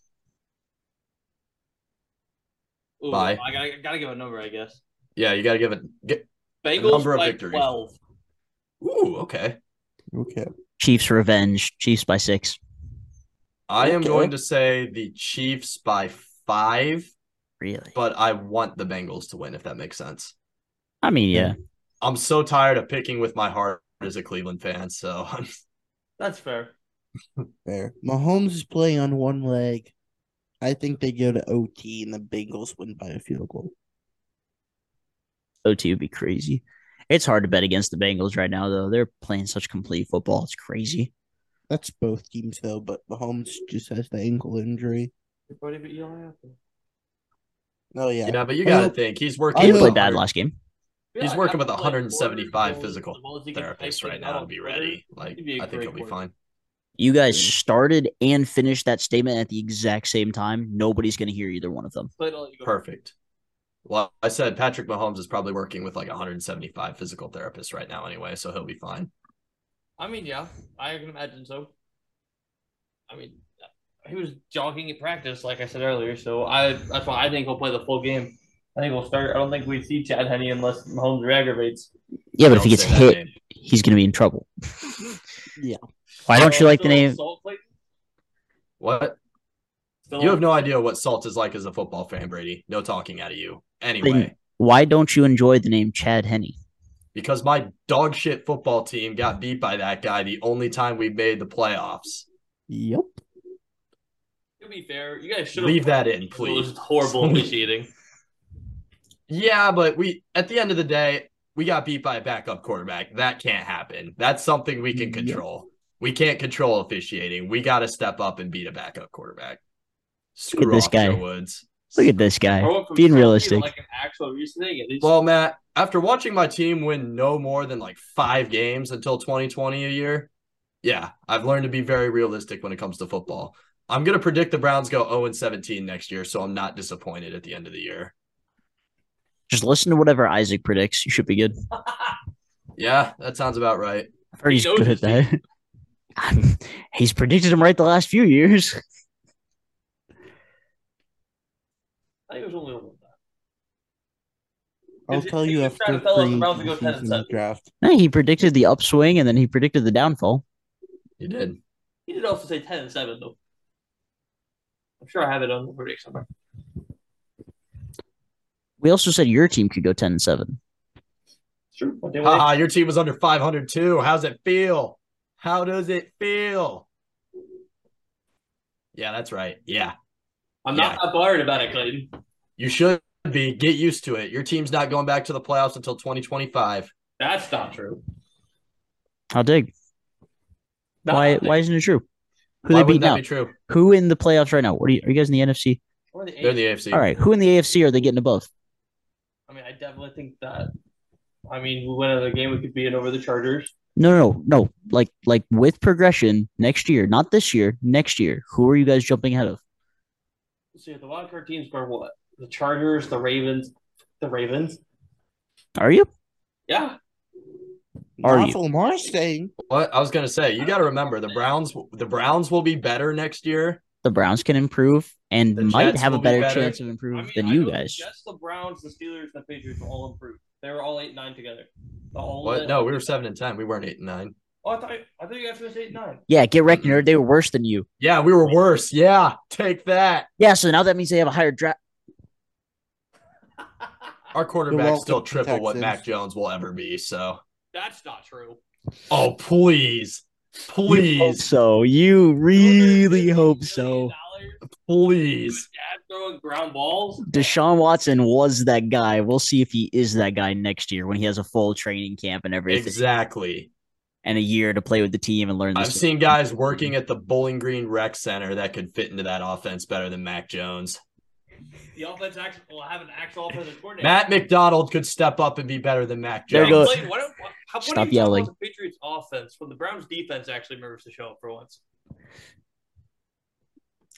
Ooh, Bye. I gotta, I gotta give a number, I guess. Yeah, you gotta give it. Get, Bengals number of by victories. 12. ooh, okay. Okay. Chiefs revenge. Chiefs by six. I am Okay. going to say the Chiefs by five. Really? but I want the Bengals to win, if that makes sense. I mean, yeah. I'm so tired of picking with my heart as a Cleveland fan. So I'm That's fair. Fair. Mahomes is playing on one leg. I think they go to OT and the Bengals win by a field goal. OT would be crazy. It's hard to bet against the Bengals right now, though. They're playing such complete football. It's crazy. That's both teams though, but Mahomes just has the ankle injury. Everybody but Eli Apple. Oh yeah. you know, but you I got to hope- think he's I working. He know. with played a bad hundred last game. He's Yeah, working with I- I 175 played physical as well as he can Therapist play right now to football. be ready. Like He'd be a I great think he'll be fine. quarterback. You guys started and finished that statement at the exact same time. Nobody's going to hear either one of them. But I'll let you go. Perfect. Well, I said Patrick Mahomes is probably working with like 175 physical therapists right now, anyway, so he'll be fine. I mean, yeah, I can imagine so. I mean, he was jogging at practice, like I said earlier. So I that's why I think he'll play the full game. I think we'll start. I don't think we see Chad Henney unless Mahomes re-aggravates. Yeah, but if Don't he gets say that hit, name. he's going to be in trouble. Yeah. Why don't you Uh, like the so name? Salt Lake? What? Still You have no idea what salt is like as a football fan, Brady. No talking out of you. Then Anyway, why don't you enjoy the name Chad Henney? because my dog shit football team got beat by that guy the only time we made the playoffs. Yep. To be fair, you guys should Leave that in, please. It was horrible officiating. Yeah, but we at the end of the day, we got beat by a backup quarterback. That can't happen. That's something we can Yep. control. We can't control officiating. We got to step up and beat a backup quarterback. Screw this off, guy. Joe Woods. Look at this guy. I went from Being something to, realistic. Like an actual reasoning. At least Well, Matt, after watching my team win no more than like five games until 2020 a year, yeah, I've learned to be very realistic when it comes to football. I'm going to predict the Browns go 0 17 next year, so I'm not disappointed at the end of the year. Just listen to whatever Isaac predicts. You should be good. Yeah, that sounds about right. I've heard He he's knows good at his that. he's predicted him right the last few years. I think it was only one. time. I'll If- tell if you you after try to tell us the pre- Browns to go 10 and season seven. draft. Eh, he predicted the upswing and then he predicted the downfall. You did. He did also say ten and seven though. I'm sure I have it on the verdict somewhere. We also said your team could go ten and seven. It's true. But they were- Haha, your team was under 500 too. How's it feel? How does it feel? Yeah, that's right. Yeah, I'm not Yeah. that worried about it, Clayton. you should be. Get used to it. Your team's not going back to the playoffs until 2025. That's not true. I'll dig. Not why? that- Why isn't it true? Who Why they beat wouldn't that now? be true? Who in the playoffs right now? What are you? Are you guys in the NFC? Or the They're in eight. the AFC. All right. Who in the AFC are they getting above? I mean, I definitely think that. I mean, we win another game. We could beat it over the Chargers. No, no, no, no. Like, like with progression next year, not this year. Next year, who are you guys jumping ahead of? So yeah, the wild card teams were what? The Chargers, the Ravens, the Ravens. Are you? Yeah, Are Not you? for Lamar staying. What I was gonna say, you got to remember the Browns. The Browns will be better next year. The Browns can improve and The might Jets have a will be better, better. chance of I improvement mean, than I know you the guys. Jets, the Browns, the Steelers, the Patriots all improved. They were all eight nine together. The all What? No, we were seven and ten. We weren't eight and nine. Oh, I thought I thought you guys were eight nine. Yeah, get wrecked, nerd. They were worse than you. Yeah, we were worse. Yeah, take that. Yeah, so now that means they have a higher oh. draft. Our quarterback's welcome, still triple what Texans. Mac Jones will ever be. So, That's not true. oh please, please, so you really $250 hope million so. dollars, please. Dad throwing ground balls. Deshaun Watson was that guy. We'll see if he is that guy next year when he has a full training camp and everything, Exactly. and a year to play with the team and learn. the I've system. seen guys working at the Bowling Green Rec Center that could fit into that offense better than Mac Jones. The offense actually will have an actual offensive coordinator. Matt McDonald could step up and be better than Mac There Jones. goes- Clayton, why don't, why- how, Stop why don't you talk yelling. about The Patriots offense when the Browns defense actually remembers to show up for once.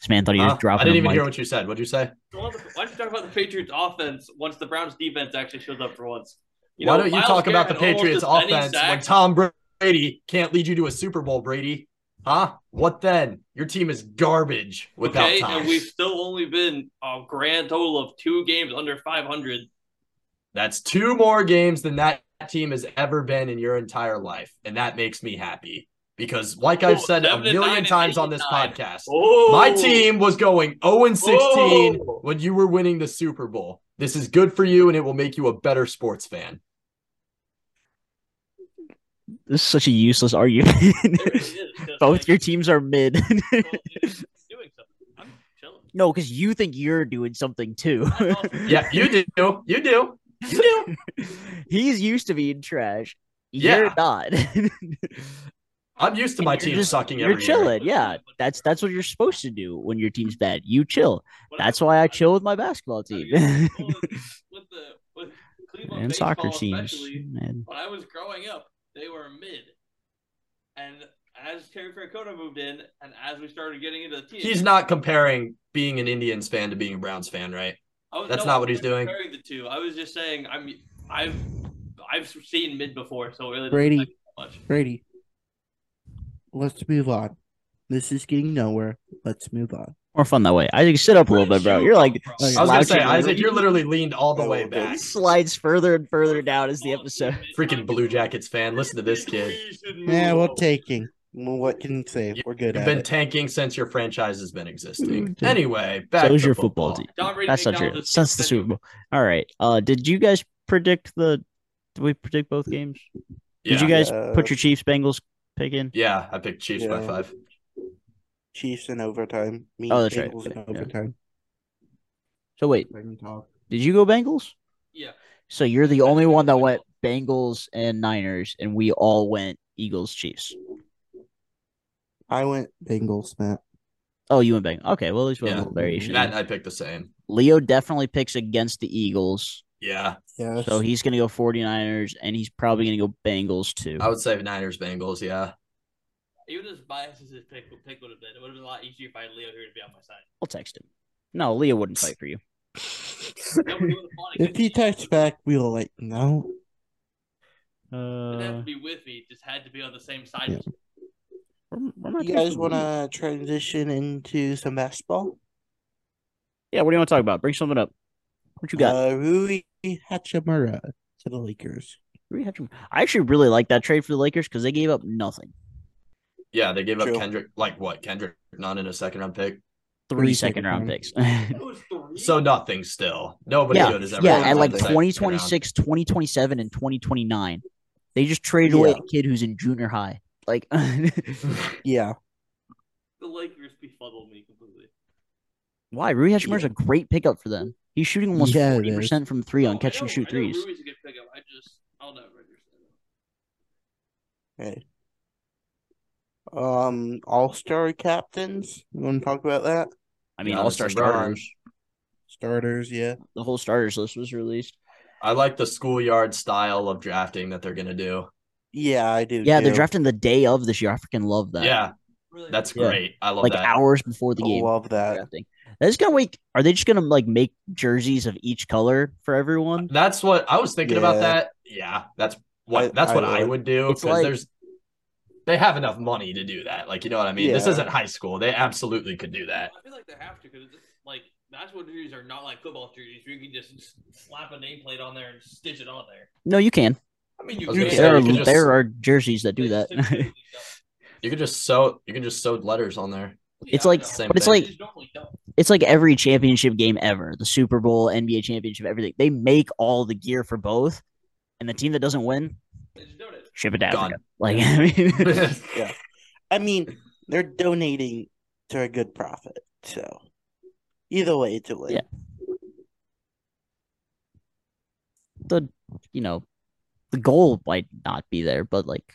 This man thought he was Huh? dropping. I didn't a even mic. hear what you said. What'd you say? So Why don't why don't you talk about the Patriots offense once the Browns defense actually shows up for once? Why know, don't you Myles talk about the Garrett had almost Patriots as many offense when sacks- Tom Brady can't lead you to a Super Bowl, Brady? Huh? What then? Your team is garbage without okay, Tom. and we've still only been a grand total of two games under 500. That's two more games than that team has ever been in your entire life. And that makes me happy because, like I've Oh, said a seven and nine million and times eight on this and nine. podcast, Oh, My team was going 0 and 16 Whoa. when you were winning the Super Bowl. This is good for you and it will make you a better sports fan. This is such a useless argument. It really is, 'cause, Both like, your teams are mid. well, it's doing something. I'm chilling. no, because you think you're doing something too. I'm awesome. Yeah, you do. You do. You do. He's used to being trash. You're Yeah. not. I'm used to my You're team just- sucking You're every year. chilling. Yeah, that's that's what you're supposed to do when your team's bad. You chill. What That's I- why I chill with my basketball I team mean, with the with Cleveland and soccer baseball teams. especially, And when I was growing up, they were mid. And as Terry Francona moved in, and as we started getting into the team, He's not comparing being an Indians fan to being a Browns fan, right? I was- that's no, not I what he's wasn't doing. Comparing the two, I was just saying I'm I've I've seen mid before, so it really doesn't Brady. affect me much. Brady. Let's move on. This is getting nowhere. Let's move on. more fun that way. Isaac, sit up a little bit, Where'd bro. you You're come like from? I was I was going to slouching a say, little- Isaac, you're literally leaned all the way back. slides further and further down as the All episode. mid- Freaking Blue Jackets fan. Listen to this kid. Yeah, we'll take him. Well, what can you say? You- We're good You've at been it. tanking since your franchise has been existing. Mhm. Anyway, back So is to your football team. John Brady That's not McDonald true. is That's the Super Bowl. All right. Uh, did you guys predict the? Did we predict both games? Yeah, Did you guys Uh, put your Chiefs Bengals pick in? yeah, I picked Chiefs by Yeah. five. Chiefs in overtime. Me Oh, and that's right. Bengals Yeah. in overtime. So wait, I can talk. did you go Bengals? Yeah. So you're the I only think I one that went went Bengals and Niners, and we all went Eagles Chiefs. I went Bengals, Matt. Oh, you went Bengals. Okay, well at least we have Yeah. a little variation. Matt and I picked the same. Leo definitely picks against the Eagles, Yeah, Yes. so he's gonna go 49ers, and he's probably gonna go Bengals too. I would say Niners, Bengals. Yeah, Even as biased as his pick, pick would have been, it would have been a lot easier if I had Leo here to be on my side. I'll text him. No, Leo wouldn't fight for you. Nobody would have if fought against he me. texts back, we'll like no. Didn't have Uh, to be with me. Just had to be on the same side. Yeah. as me. You guys want to transition into some basketball? Yeah, what do you want to talk about? Bring something up. What you got? Uh, Rui Hachimura to the Lakers. Rui Hachimura. I actually really like that trade for the Lakers because they gave up nothing. yeah, they gave up True. Kendrick. Like what? Kendrick none in a second round pick. Three Three second second round round. picks. That was three. So nothing still. Nobody Yeah, good is ever. yeah, gonna at like play second 2026, 2027, and 2029. They just traded away Yeah. a kid who's in junior high. Like, Yeah, the Lakers befuddled me completely. why? Rui Hachimura's a great pickup for them. He's shooting almost Yeah, it 40% from three on Oh, I catch and know- shoot I know threes. Rui's a good pickup. I just, I'll never understand that. Hey. Um, All Star captains. You want to talk about that? I mean, Giannis all star and Brown. starters. Starters, yeah. The whole starters list was released. I like the schoolyard style of drafting that they're gonna do. Yeah, I do. Yeah, they're too. drafting the day of this year. I freaking love that. Yeah, Really that's Yeah. great. I love like that. hours before the I game. love that. drafting. That's gonna wait. Are they just gonna like make jerseys of each color for everyone? That's what I was thinking about Yeah. that. Yeah, that's what I- that's I what I would. would do It's because like- there's they have enough money to do that. Like you know what I mean? This Yeah. isn't high school. They absolutely could do that. I feel like they have to because like basketball jerseys are not like football jerseys. You can just s- slap a nameplate on there and stitch it on there. No, you can. I mean, you I was can. gonna say, there are you could just- there are jerseys that do They that. just typically don't. You could just sew you can just sew letters on there. It's Yeah, I like- know. Same but it's thing. like- They just normally don't. it's like every championship game ever, the Super Bowl, NBA championship, everything. They make all the gear for both, and the team that doesn't win, They just don't. It. ship it to Gone. Africa. Like I mean, I mean, they're donating to a good profit, so either way, it's a win. Yeah. the you know the goal might not be there, but like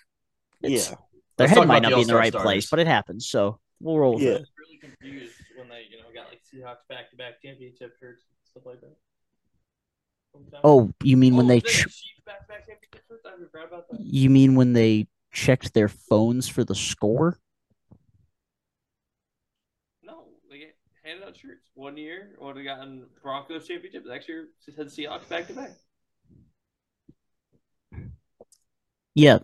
it's, Yeah. their Let's head talk might about not the be in the All-Star right place, starters. but it happens. So we'll roll with Yeah. it. I was really confused when they, you know, got like Seahawks back-to-back championship shirts and stuff like that. Sometimes. Oh, you mean when Oh, they? was there Ch- Chiefs back-to-back championship shirts? I forgot about that. You mean when they checked their phones for the score? No, they get handed out shirts one year. Would have gotten Broncos championship. Next year, it had Seahawks back-to-back. Yeah.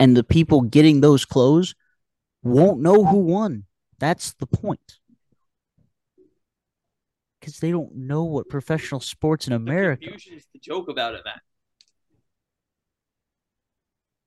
And the people getting those clothes won't know who won. That's the point. Because they don't know what professional sports in The America. Confusion is the joke about it, Matt.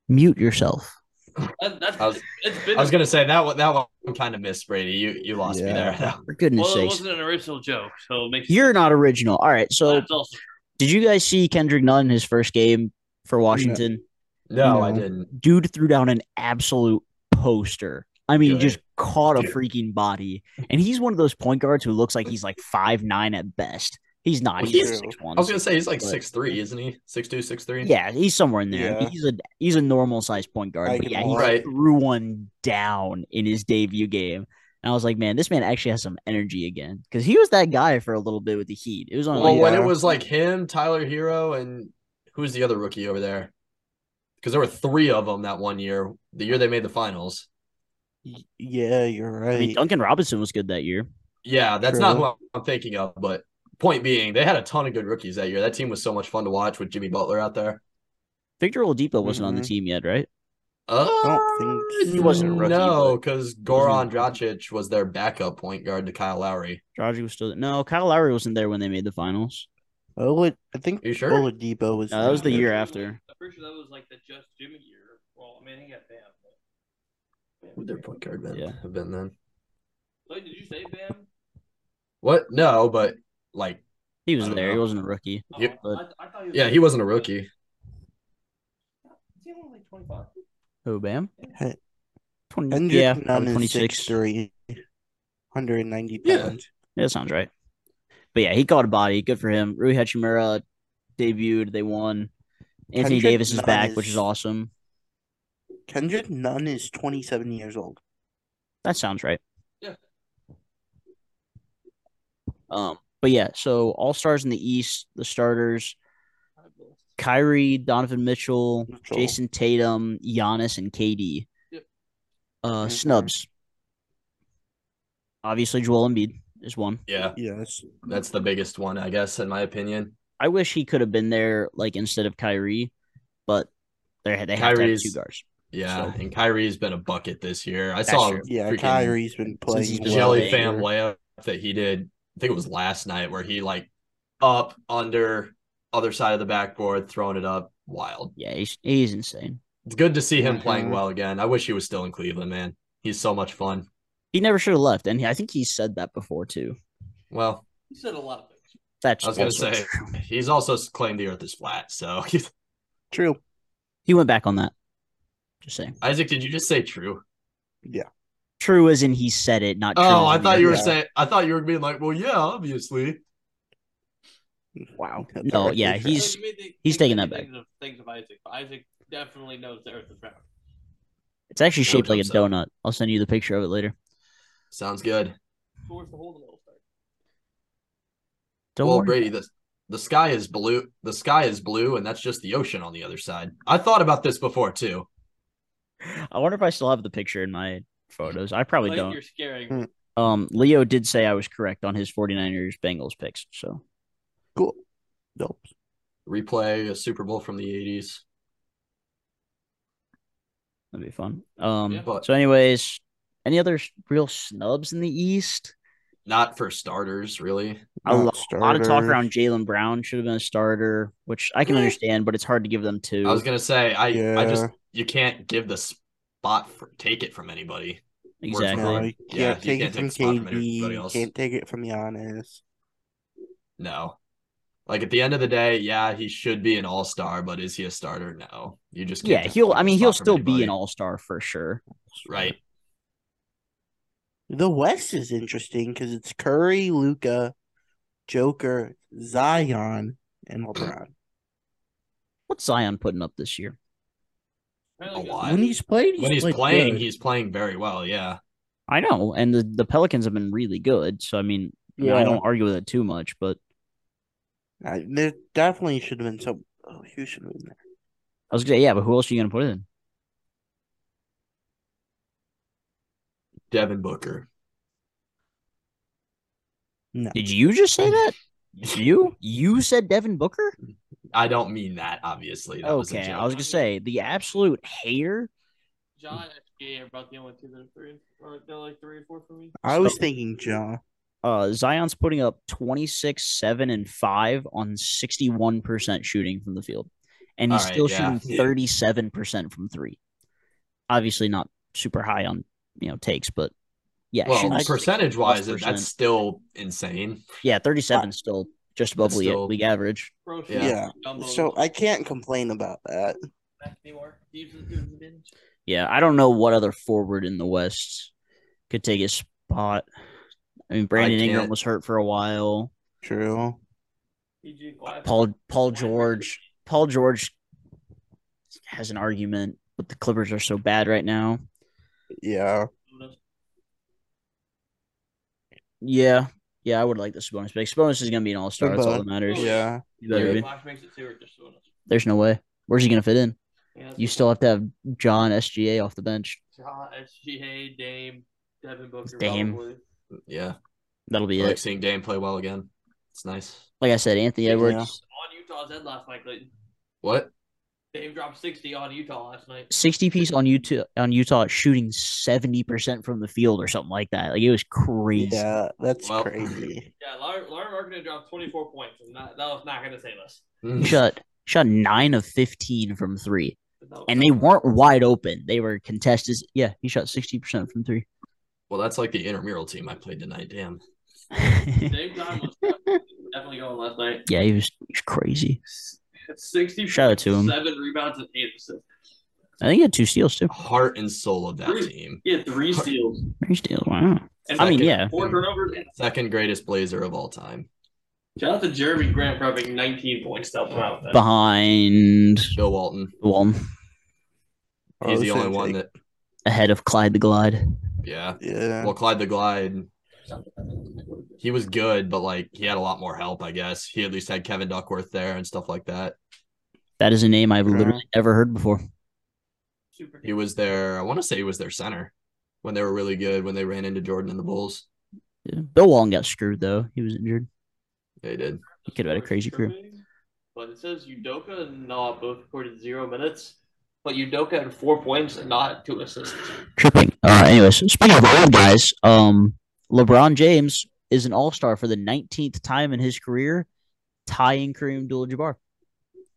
Mute yourself. That, that's, I was- it's been I was gonna say that one that one kind of missed Brady. You you lost me Yeah. there. For goodness well, it sakes. wasn't an original joke, so it makes You're not original. All right. So, That's also did you guys see Kendrick Nunn in his first game for Washington? No, I No. didn't. dude threw down an absolute poster. I mean, Good. just caught a Good. freaking body. And he's one of those point guards who looks like he's like five nine at best. He's not. Well, He's true. six I one. was gonna say he's like But- six three, isn't he? Six two, six three. Yeah, he's somewhere in there. Yeah. He's a he's a normal sized point guard. I but can yeah, he hold- Right. threw one down in his debut game. And I was like, man, this man actually has some energy again. Because he was that guy for a little bit with the Heat. It was on Well, like when it Yeah. was like him, Tyler Hero, and who's the other rookie over there? Because there were three of them that one year, the year they made the finals. Y- Yeah, you're I right. mean, Duncan Robinson was good that year. Yeah, that's not True. who I'm thinking of, but point being, they had a ton of good rookies that year. That team was so much fun to watch with Jimmy Butler out there. Victor Oladipo wasn't on the Mhm. Mm-hmm. team yet, right? Uh, don't think He wasn't a rookie, No, because Goran Dragic was their backup point guard to Kyle Lowry. Dragic was still no. Kyle Lowry wasn't there when they made the finals. Ola- I think You sure? Oladipo was. No, that was the there. year after. I'm pretty sure that was like the Just Jimmy year. Well, I mean, he got banned. But... Would their point guard been? Yeah. have been then? Wait, did you say Bam? What? No, but like, He was I don't there. He know. wasn't a rookie. Oh, Yep. I, I thought he was yeah, he wasn't a rookie. Is he only like 25? Who, Oh, Bam? Hey, 20, Hendrick yeah, Nunn probably is 26. 6'3", 190 Yeah. pounds. Yeah, that sounds right. But yeah, he caught a body. Good for him. Rui Hachimura debuted. They won. Anthony Kendrick Davis is Nunn back, which is- is awesome. Kendrick Nunn is 27 years old. That sounds right. Yeah. Um, but yeah, so all stars in the East, the starters, Kyrie, Donovan Mitchell, Mitchell. Jason Tatum, Giannis, and KD. Yep. Uh, Mhm. snubs. Obviously, Joel Embiid is one. Yeah, Yes. that's the biggest one, I guess, in my opinion. I wish he could have been there, like instead of Kyrie, but they they have to have Kyrie's- two guards. Yeah, So- and Kyrie's been a bucket this year. I That's saw true. Yeah, freaking Kyrie's been he's playing been well. jelly Well, fam layup that he did. I think it was last night where he like up under other side of the backboard, throwing it up. Wild. Yeah, he's he's insane. It's good to see him playing Mm-hmm. Mhm. well again. I wish he was still in Cleveland, man. He's so much fun. He never should have left, and I think he said that before too. Well, He said a lot of things. That's I was gonna also say- true. he's also claimed the earth is flat. So, True. he went back on that. Just saying, Isaac, did you just say true? true as in he said it, not. True Oh, I as in thought he- you were Yeah. saying. I thought you were being like, well, yeah, obviously. Wow. No, yeah, he's- You made the- he's taking think many that back. things Of, things of Isaac, but Isaac definitely knows the Earth is round. It's actually No shaped like a doubt so. donut. I'll send you the picture of it later. Sounds good. Who was the holding all star? Don't well, worry. Brady, the the sky is blue. The sky is blue, and that's just the ocean on the other side. I thought about this before too. I wonder if I still have the picture in my photos. I probably Blake, don't. You're scaring. Hmm. me. Um, Leo did say I was correct on his 49ers Bengals picks. So cool. Nope. Replay a Super Bowl from the '80s. that'd be fun. Um, Yeah. But- so anyways, any other s- real snubs in the East? Not for starters, really. A lo- Not A lot of talk starters. around Jalen Brown should have been a starter, which I can Eh. understand, but it's hard to give them two. I was gonna say, I I just Yeah. you can't give the spot for take it from anybody. exactly. No, Exactly. you can't Yeah, you take can't it take from the spot from anybody KD. You else. can't take it from Giannis. No. Like at the end of the day, yeah, he should be an all star, but is he a starter? No. You just can't yeah, just he'll. take I the mean, he'll spot from still be an anybody. all star for sure. right. The West is interesting because it's Curry, Luca, Joker, Zion, and LeBron. What's Zion putting up this year? Apparently A good. lot. When he's played, he's When he's played playing, good. he's playing very well. Yeah. I know, and the, the Pelicans have been really good. So I mean, you know, I Yeah. don't argue with it too much, but I, there definitely should have been some. Oh, who should have been there? I was gonna say, yeah, but who else are you gonna put in? Devin Booker. Did you just say that? You you said Devin Booker? I don't mean that, obviously. That was a Okay, I joke. was gonna say the absolute hater. John and SGA are about the only two that are three, or they're like three or four for me. I was thinking Ja. Uh, Zion's putting up twenty six, seven, and five on sixty one percent shooting from the field, and he's All right, still yeah. shooting thirty seven percent from three. Obviously, not super high on you know takes, but yeah, well, shooting I- percentage wise, 60+%. that's still insane. yeah, thirty seven still just above That's league, still- league average. Bro, Yeah. Yeah. So I can't complain about that. anymore. He uses- he uses the bench. Yeah, I don't know what other forward in the West could take his spot. I mean, Brandon Ingram can't- was hurt for a while. True. PG Glass. Paul Paul George Paul George has an argument, but the Clippers are so bad right now. Yeah. Yeah, yeah, I would like this bonus. But Sabonis is gonna be an All Star. That's all that matters. Yeah. You better be. Glass makes it two or just one. There's no way. Where's he gonna fit in? Yeah. You still have to have John SGA off the bench. John SGA, Dame, Devin Booker, Dame. probably. Yeah. That'll be I like it. seeing Dame play well again. It's nice. Like I said, Anthony Edwards, On Utah's head last night, Clayton. What? Dame dropped 60 on Utah last night. sixty piece on Utah on Utah shooting seventy percent from the field or something like that. Like it was crazy. Yeah. That's Well- crazy. Yeah, Larry, Larry Marketing dropped 24 points, and that, that was not going to save us. Mm. Shut shut nine of fifteen from three. That was- and they weren't wide open. They were contested. Yeah, he shot sixty percent from three. Well, that's like the intramural team I played tonight. Damn. Dave Dime was definitely going last night. yeah, he was he was crazy. Sixty. Shout out to him. Seven rebounds and eight assists. I think he had two steals too. Heart and soul of that team. He had three steals. Three steals. Wow. And I mean, Second- yeah. Four turnovers. And Second greatest blazer of all time. shout out to Jeremy Grant for having 19 points to help him out. with that. Behind Bill Walton. one, He's Oh, the so only one Jake- that. ahead of Clyde the Glide. Yeah. Yeah. Well, Clyde the Glide, he was good, but like he had a lot more help, I guess. He at least had Kevin Duckworth there and stuff like that. That is a name I've Yeah. literally never heard before. Super. He was their, I want to say he was their center when they were really good when they ran into Jordan and the Bulls. Yeah. Bill Walton got screwed though. He was injured. They did. He could have had a crazy career. But it says Udoka and Nah both recorded zero minutes, but Udoka had four points and Nah had two assists. Tripping. Uh, anyways, speaking of old guys, um, LeBron James is an All Star for the nineteenth time in his career, tying Kareem Abdul-Jabbar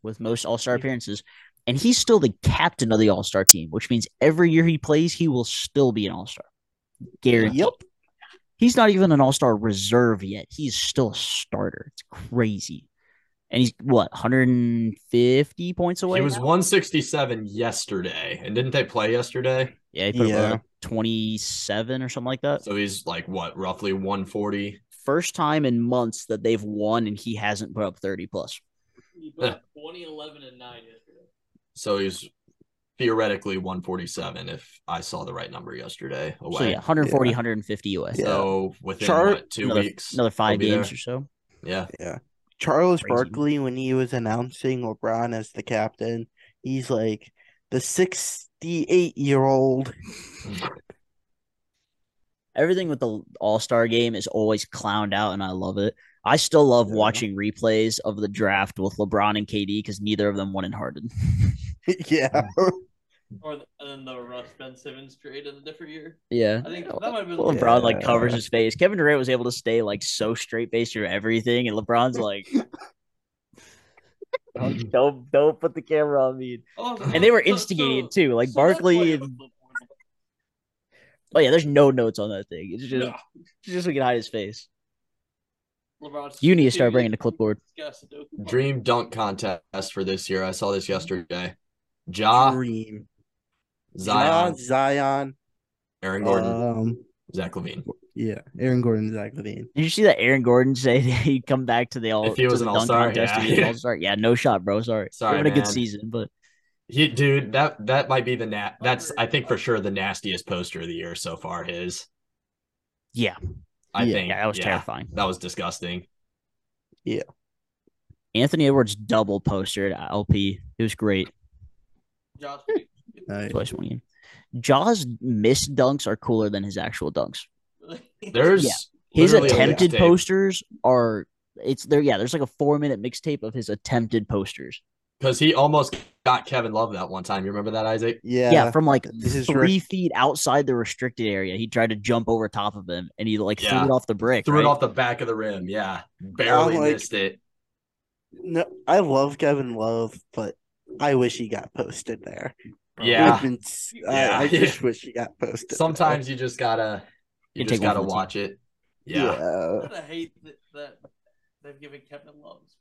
with most All Star appearances, and he's still the captain of the All Star team, which means every year he plays, he will still be an All Star. Guaranteed. Yep. He's not even an All Star reserve yet. He's still a starter. It's crazy, and he's what 150 points away. He was now? 167 yesterday. And didn't they play yesterday? yeah, he put up, uh, Yeah. 27 or something like that. So he's like, what, roughly 140? first time in months that they've won and he hasn't put up 30 plus. He put up 20, 11, and 9 yesterday. So he's theoretically 147 if I saw the right number yesterday. Away. So yeah, 140, 150 US. Yeah. So within Char- what, two another, weeks. Another five he'll be games there. or so. Yeah. Charles Crazy. Barkley, when he was announcing LeBron as the captain, he's like the 68 year old. Everything with the All Star game is always clowned out, and I love it. I still love Yeah. watching replays of the draft with LeBron and KD because neither of them won in Harden. yeah. Or the, and then the Russ Ben Simmons trade in a different year. Yeah. I think that might have been LeBron like covers his face. Kevin Durant was able to stay like so straight faced through everything, and LeBron's like, "Don't- don't don't put the camera on me. Oh, And they were instigating it too, like Barkley and Oh yeah, there's no notes on that thing. It's just No. it's just so we can hide his face. LeBron. You need to start bringing the clipboard. Dream dunk contest for this year. I saw this yesterday. Ah, Ja, Dream. Ja, Zion, Zion. Aaron Uh, Gordon, Um, Zach Levine. yeah. Aaron Gordon, Zach Levine. Did you see that Aaron Gordon say that he'd come back to the all If he to was the an dunk all-star, contest yeah. and he was an all-star? Yeah, no shot, bro. Sorry. Sorry, Having a good man. season, but He, dude, that that might be the nat. That's I think for sure the nastiest poster of the year so far. His, yeah. I Yeah, think, Yeah, that was terrifying. That was disgusting. Anthony Edwards double poster at LP. It was great. Josh, Nice. Twice one game. Jaws missed dunks are cooler than his actual dunks. There's Yeah. His literally a attempted mixtape. posters are it's there. Yeah, there's like a four minute mixtape of his attempted posters. because he almost got Kevin Love that one time. You remember that, Isaac? Yeah. Yeah, from like This is three feet outside the restricted area. He tried to jump over top of him, and he like Yeah. threw it off the brick. Threw right? it off the back of the rim. Yeah, barely like- missed it. No, I love Kevin Love, but I wish he got posted there. Yeah. Would've been s- I- Yeah. I, just wish he got posted. there. Sometimes you just gotta, you You just take one gotta for the team. watch it. Yeah. I'm gonna hate that, that they've given Kevin Love's,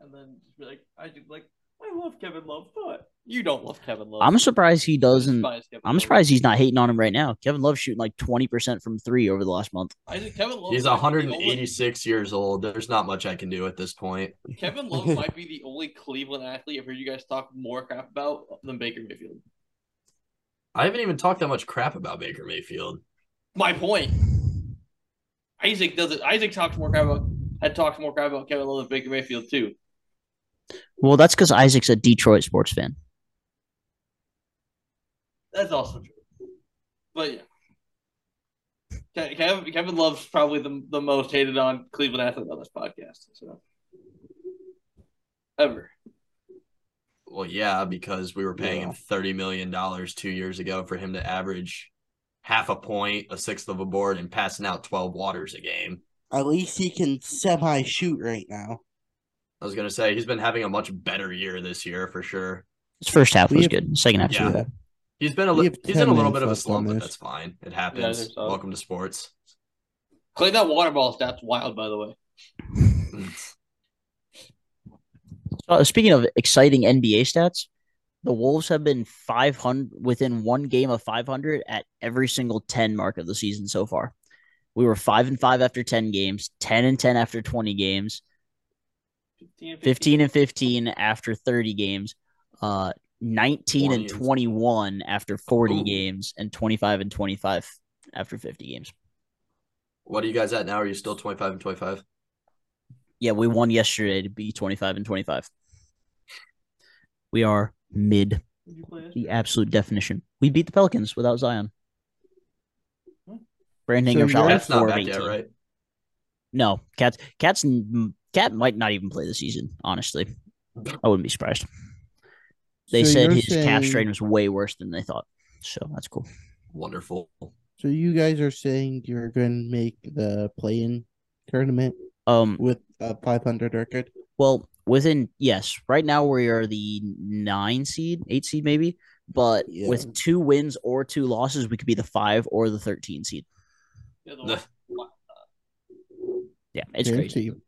and then just be like, I do like, I love Kevin Love, but you don't love Kevin Love. I'm surprised he doesn't. Despise Kevin I'm Love. surprised he's not hating on him right now. Kevin Love's shooting like 20% from three over the last month. I think Kevin Love. He's might be the 186 years old. There's not much I can do at this point. only- Kevin Love might be the only Cleveland athlete I've heard you guys talk more crap about than Baker Mayfield. I haven't even talked that much crap about Baker Mayfield. My point. Isaac does it. Isaac talks more crap about. Had talked more crap about Kevin Love than Baker Mayfield too. Well, that's because Isaac's a Detroit sports fan. That's also true. But yeah. Ke- Kevin, Kevin Love's probably the, the most hated on Cleveland athlete on this podcast. So ever. Well, yeah, because we were paying him Yeah. thirty million dollars two years ago for him to average half a point, a sixth of a board, and passing out twelve waters a game. At least he can semi shoot right now. I was gonna say he's been having a much better year this year for sure. His first half We was have- good. Second half Yeah. was Yeah. He's been a We li- have he's 10 in a little bit of a minutes left on slump, but this. that's fine. It I happens. think so. Welcome to sports. Clay, that water ball stat's wild, by the way. Uh, speaking of exciting NBA stats, the Wolves have been 500 within one game of 500 at every single 10 mark of the season so far. We were 5 and 5 after 10 games, 10 and 10 after 20 games, 15, 15 and 15 after 30 games, uh 19 and 20. 21 after 40 Ooh. games and 25 and 25 after 50 games. what are you guys at now? Are you still 25 and 25? Yeah, we won yesterday to be 25 and 25. We are mid Did you play this? the absolute definition. We beat the Pelicans without Zion. Brandon So Ingram shot you're- like Hmm. That's not four of back yet, 18. right? No, Cat's Cat's n- Cat might not even play this season. Honestly, I wouldn't be surprised. They So said you're his calf saying- strain was way worse than they thought, so that's cool. Wonderful. So you guys are saying you're going to make the play-in tournament Um, with a 500 record? Well, within yes, right now we are the nine seed, eight seed maybe, but Yeah. with two wins or two losses, we could be the five or the thirteen seed. Yeah, the No. one- Yeah, it's Damn crazy. team.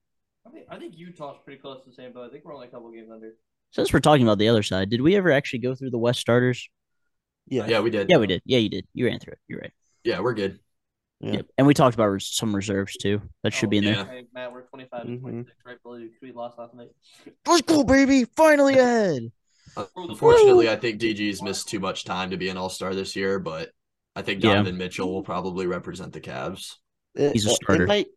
I think, I think Utah's pretty close to the same, but I think we're only a couple games under. Since we're talking about the other side, did we ever actually go through the West starters? Yeah. Yeah, we did. Yeah, we did. Yeah, you did. You ran through it. You're right. Yeah, we're good. Yeah. Yep. And we talked about res- some reserves too. That should Oh, be in there. yeah. Hey, Matt, we're 25 and Mhm. 26, right below you 'cause we lost last night. Let's go, baby! Finally ahead. Unfortunately, I think DG's missed too much time to be an all star this year, but I think Yeah. Donovan Mitchell will probably represent the Cavs. It- He's a it- it starter. might-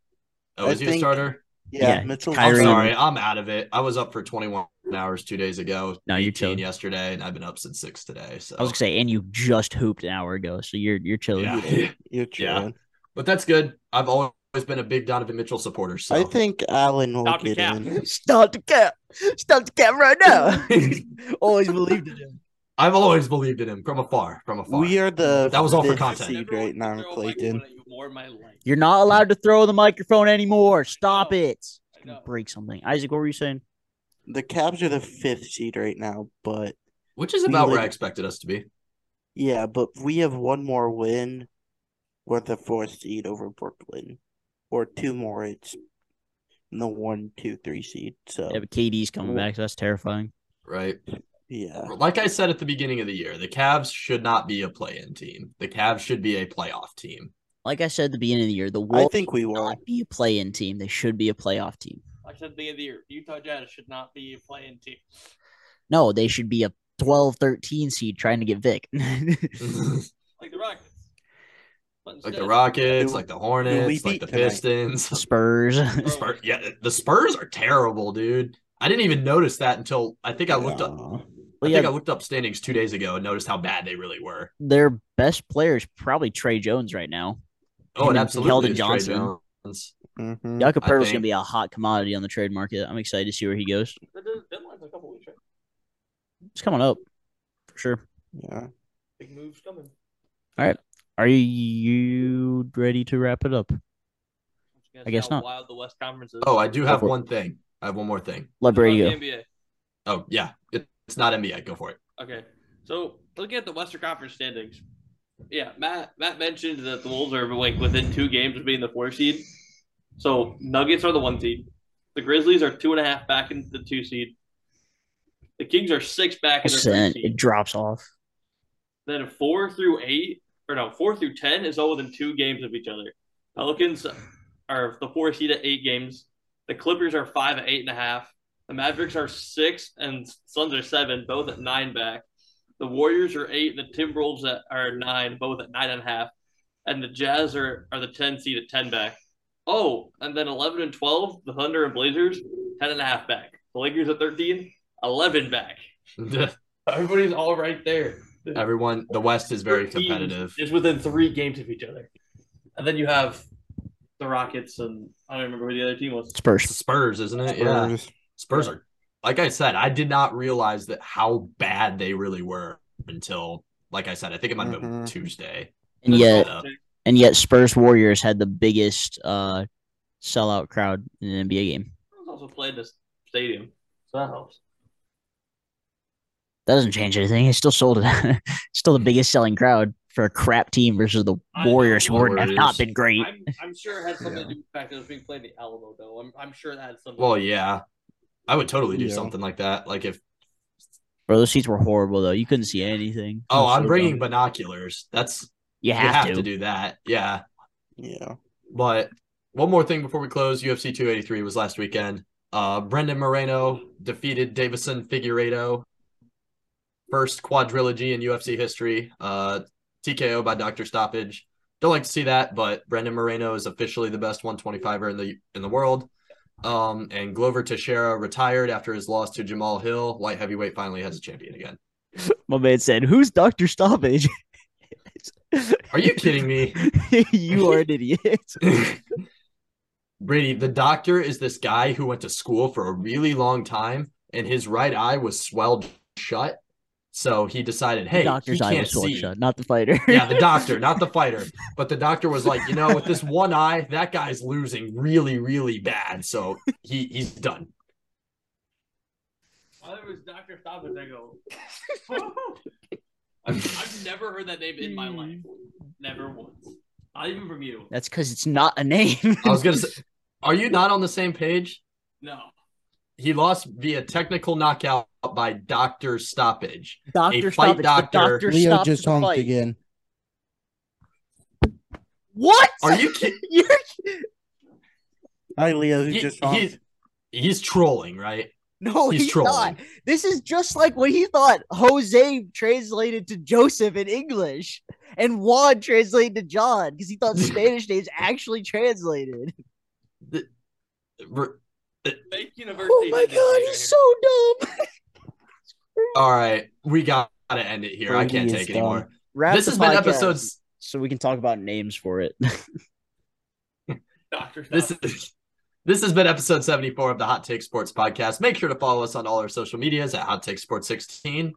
Oh, I is he a think- starter? yeah, Yeah, Mitchell. I'm Kyrie- sorry. I'm out of it. I was up for 21 hours two days ago, No, you're 18 chilling. yesterday, and I've been up since six today. So I was gonna say, and you just hooped an hour ago, so you're you're chilling. yeah. You're Yeah. chilling. But that's good. I've always been a big Donovan Mitchell supporter. So I think Allen will Stop the get cap. in. Stop the cap! Stop the cap right now! Always believed in him. I've always believed in him from afar. From afar. We are the That was all for fifth content. seed Never right wanted to now, throw a Clayton. microphone at you more in my life. You're not allowed to throw the microphone anymore. Stop know. it. I know. Break something. Isaac, what were you saying? The Cavs are the fifth seed right now, but Which is about We where like- I expected us to be. yeah, but we have one more win. We're the fourth seed over Brooklyn, or two more. It's the one, two, three seed. So Yeah, but KD's coming back, so that's terrifying. Right. yeah, Like I said at the beginning of the year, the Cavs should not be a play in team. The Cavs should be a playoff team. Like I said at the beginning of the year, the I Wolves think we should will. not be a play-in team. They should be a playoff team. Like I said at the end of the year, Utah Jazz should not be a playing team. No, they should be a 12-13 seed trying to get Vic. like Like the Rockets. But the instead- Rockets, Do- like the Hornets, like beat the tonight? Pistons. Spurs. Spurs, yeah, the Spurs are terrible, dude. I didn't even notice that until I think I looked up. Nah. I Well, think yeah, I looked up standings two days ago and noticed how bad they really were. their best player is probably Trey Jones right now. Oh, Him and it Keldon absolutely is Trey Johnson. Jones. Mhm. Jakob I Pertl's think- going to be a hot commodity on the trade market. I'm excited to see where he goes. The- the deadline's in a couple weeks, right? It's coming up for sure. Yeah. Big moves coming. Are you ready to wrap it up? I guess how not. Wild the West Conference is. Oh, I do have for it. one thing. I have one more thing. Let About Brady go. the NBA. Oh, yeah. It, it's not NBA. Go for it. Okay, so looking at the Western Conference standings, yeah, Matt Matt mentioned that the Wolves are like within two games of being the four seed. So Nuggets are the one seed. The Grizzlies are two and a half back in the two seed. The Kings are six back in the three percent. It seed. drops off. Then four through eight, or no, four through ten is all within two games of each other. Pelicans are the four seed at eight games. The Clippers are five at eight and a half. The Mavericks are six, and Suns are seven, both at nine back. The Warriors are eight, and the Timberwolves at- are nine, both at nine and a half. And the Jazz are, are the 10 seed at 10 back. Oh, and then 11 and 12, the Thunder and Blazers, 10 and a half back. The Lakers at 13, 11 back. Everybody's all right there. Everyone, the West is very Teams competitive. Is within three games of each other. And then you have the Rockets, and I don't remember who the other team was. It's the Spurs. Spurs, isn't it? Yeah. Spurs. Spurs are, like I said, I did not realize that how bad they really were until, like I said, I think it might have been Mm-hmm. Mhm. Tuesday. And That's yet, all. and yet, Spurs Warriors had the biggest uh sellout crowd in an NBA game. also played in this stadium, so that helps. That doesn't change anything. It still sold it. still the biggest selling crowd for a crap team versus the I know, Warriors, who were- have Warriors. not been great. I'm, I'm sure it had something to do with the fact that it was being played in the Alamo, though. I'm, I'm sure that had something. Well, yeah, I would totally do Yeah. something like that. Like if Bro, those seats were horrible though. You couldn't see anything. oh, It was I'm so bringing dumb. binoculars. That's You you have, to. do that. Yeah, Yeah. but one more thing before we close. UFC 283 was last weekend. Uh, Brendan Moreno defeated Davison Figueredo. First quadrilogy in UFC history. Uh, TKO by doctor stoppage. Don't like to see that, but Brendan Moreno is officially the best 125er in the in the world. Um, and Glover Teixeira retired after his loss to Jamal Hill. Light heavyweight finally has a champion again. My man said, "Who's Doctor Stoppage?" Are you kidding me? you are an idiot. Brady, the doctor is this guy who went to school for a really long time, and his right eye was swelled shut. So he decided, hey, Doctor's he eye can't was sword see. shut, not the fighter. yeah, the doctor, not the fighter. But the doctor was like, you know, with this one eye, that guy's losing really, really bad. So he he's done. I thought it was Dr. Stoppage. I go, "Oh." I've, I've never heard that name in Hmm. my life. Never once. Not even from you. That's because it's not a name. I was gonna say, are you not on the same page? No. He lost via technical knockout by doctor stoppage. Doctor Stoppage. fight the doctor. doctor Leo stopped just the honked fight. again. What? Are you kidding? You're Hi, Leo. Who He- just honked. he's, he's trolling, right? No, He's Oh, he's, trolling. not. This is just like what he thought Jose translated to Joseph in English and Juan translated to John because he thought Spanish names actually translated. R- Fake University. Oh my had this name god, he's so dumb. All right, we gotta end it here. I Brady can't is take dumb. anymore. Wrap this the has been podcast episodes. So we can talk about names for it. Dr. Stoppage. This is. This has been episode 74 of the Hot Take Sports Podcast. Make sure to follow us on all our social medias at Hot Take Sports 16.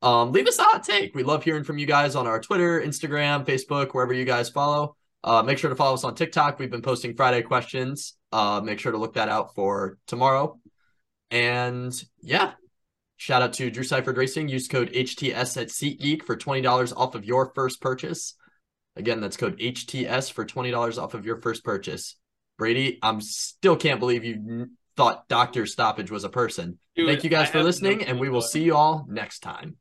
Um, leave us a hot take. We love hearing from you guys on our Twitter, Instagram, Facebook, wherever you guys follow. Uh, make sure to follow us on TikTok. We've been posting Friday questions. Uh, make sure to look that out for tomorrow. And yeah, shout out to Drew Seifert Racing. Use code HTS at SeatGeek for $20 off of your first purchase. Again, that's code HTS for $20 off of your first purchase. Brady, I'm still can't believe you n- thought Dr. Stoppage was a person. Dude, Thank you I guys for have no listening, and clue we will what- see you all next time.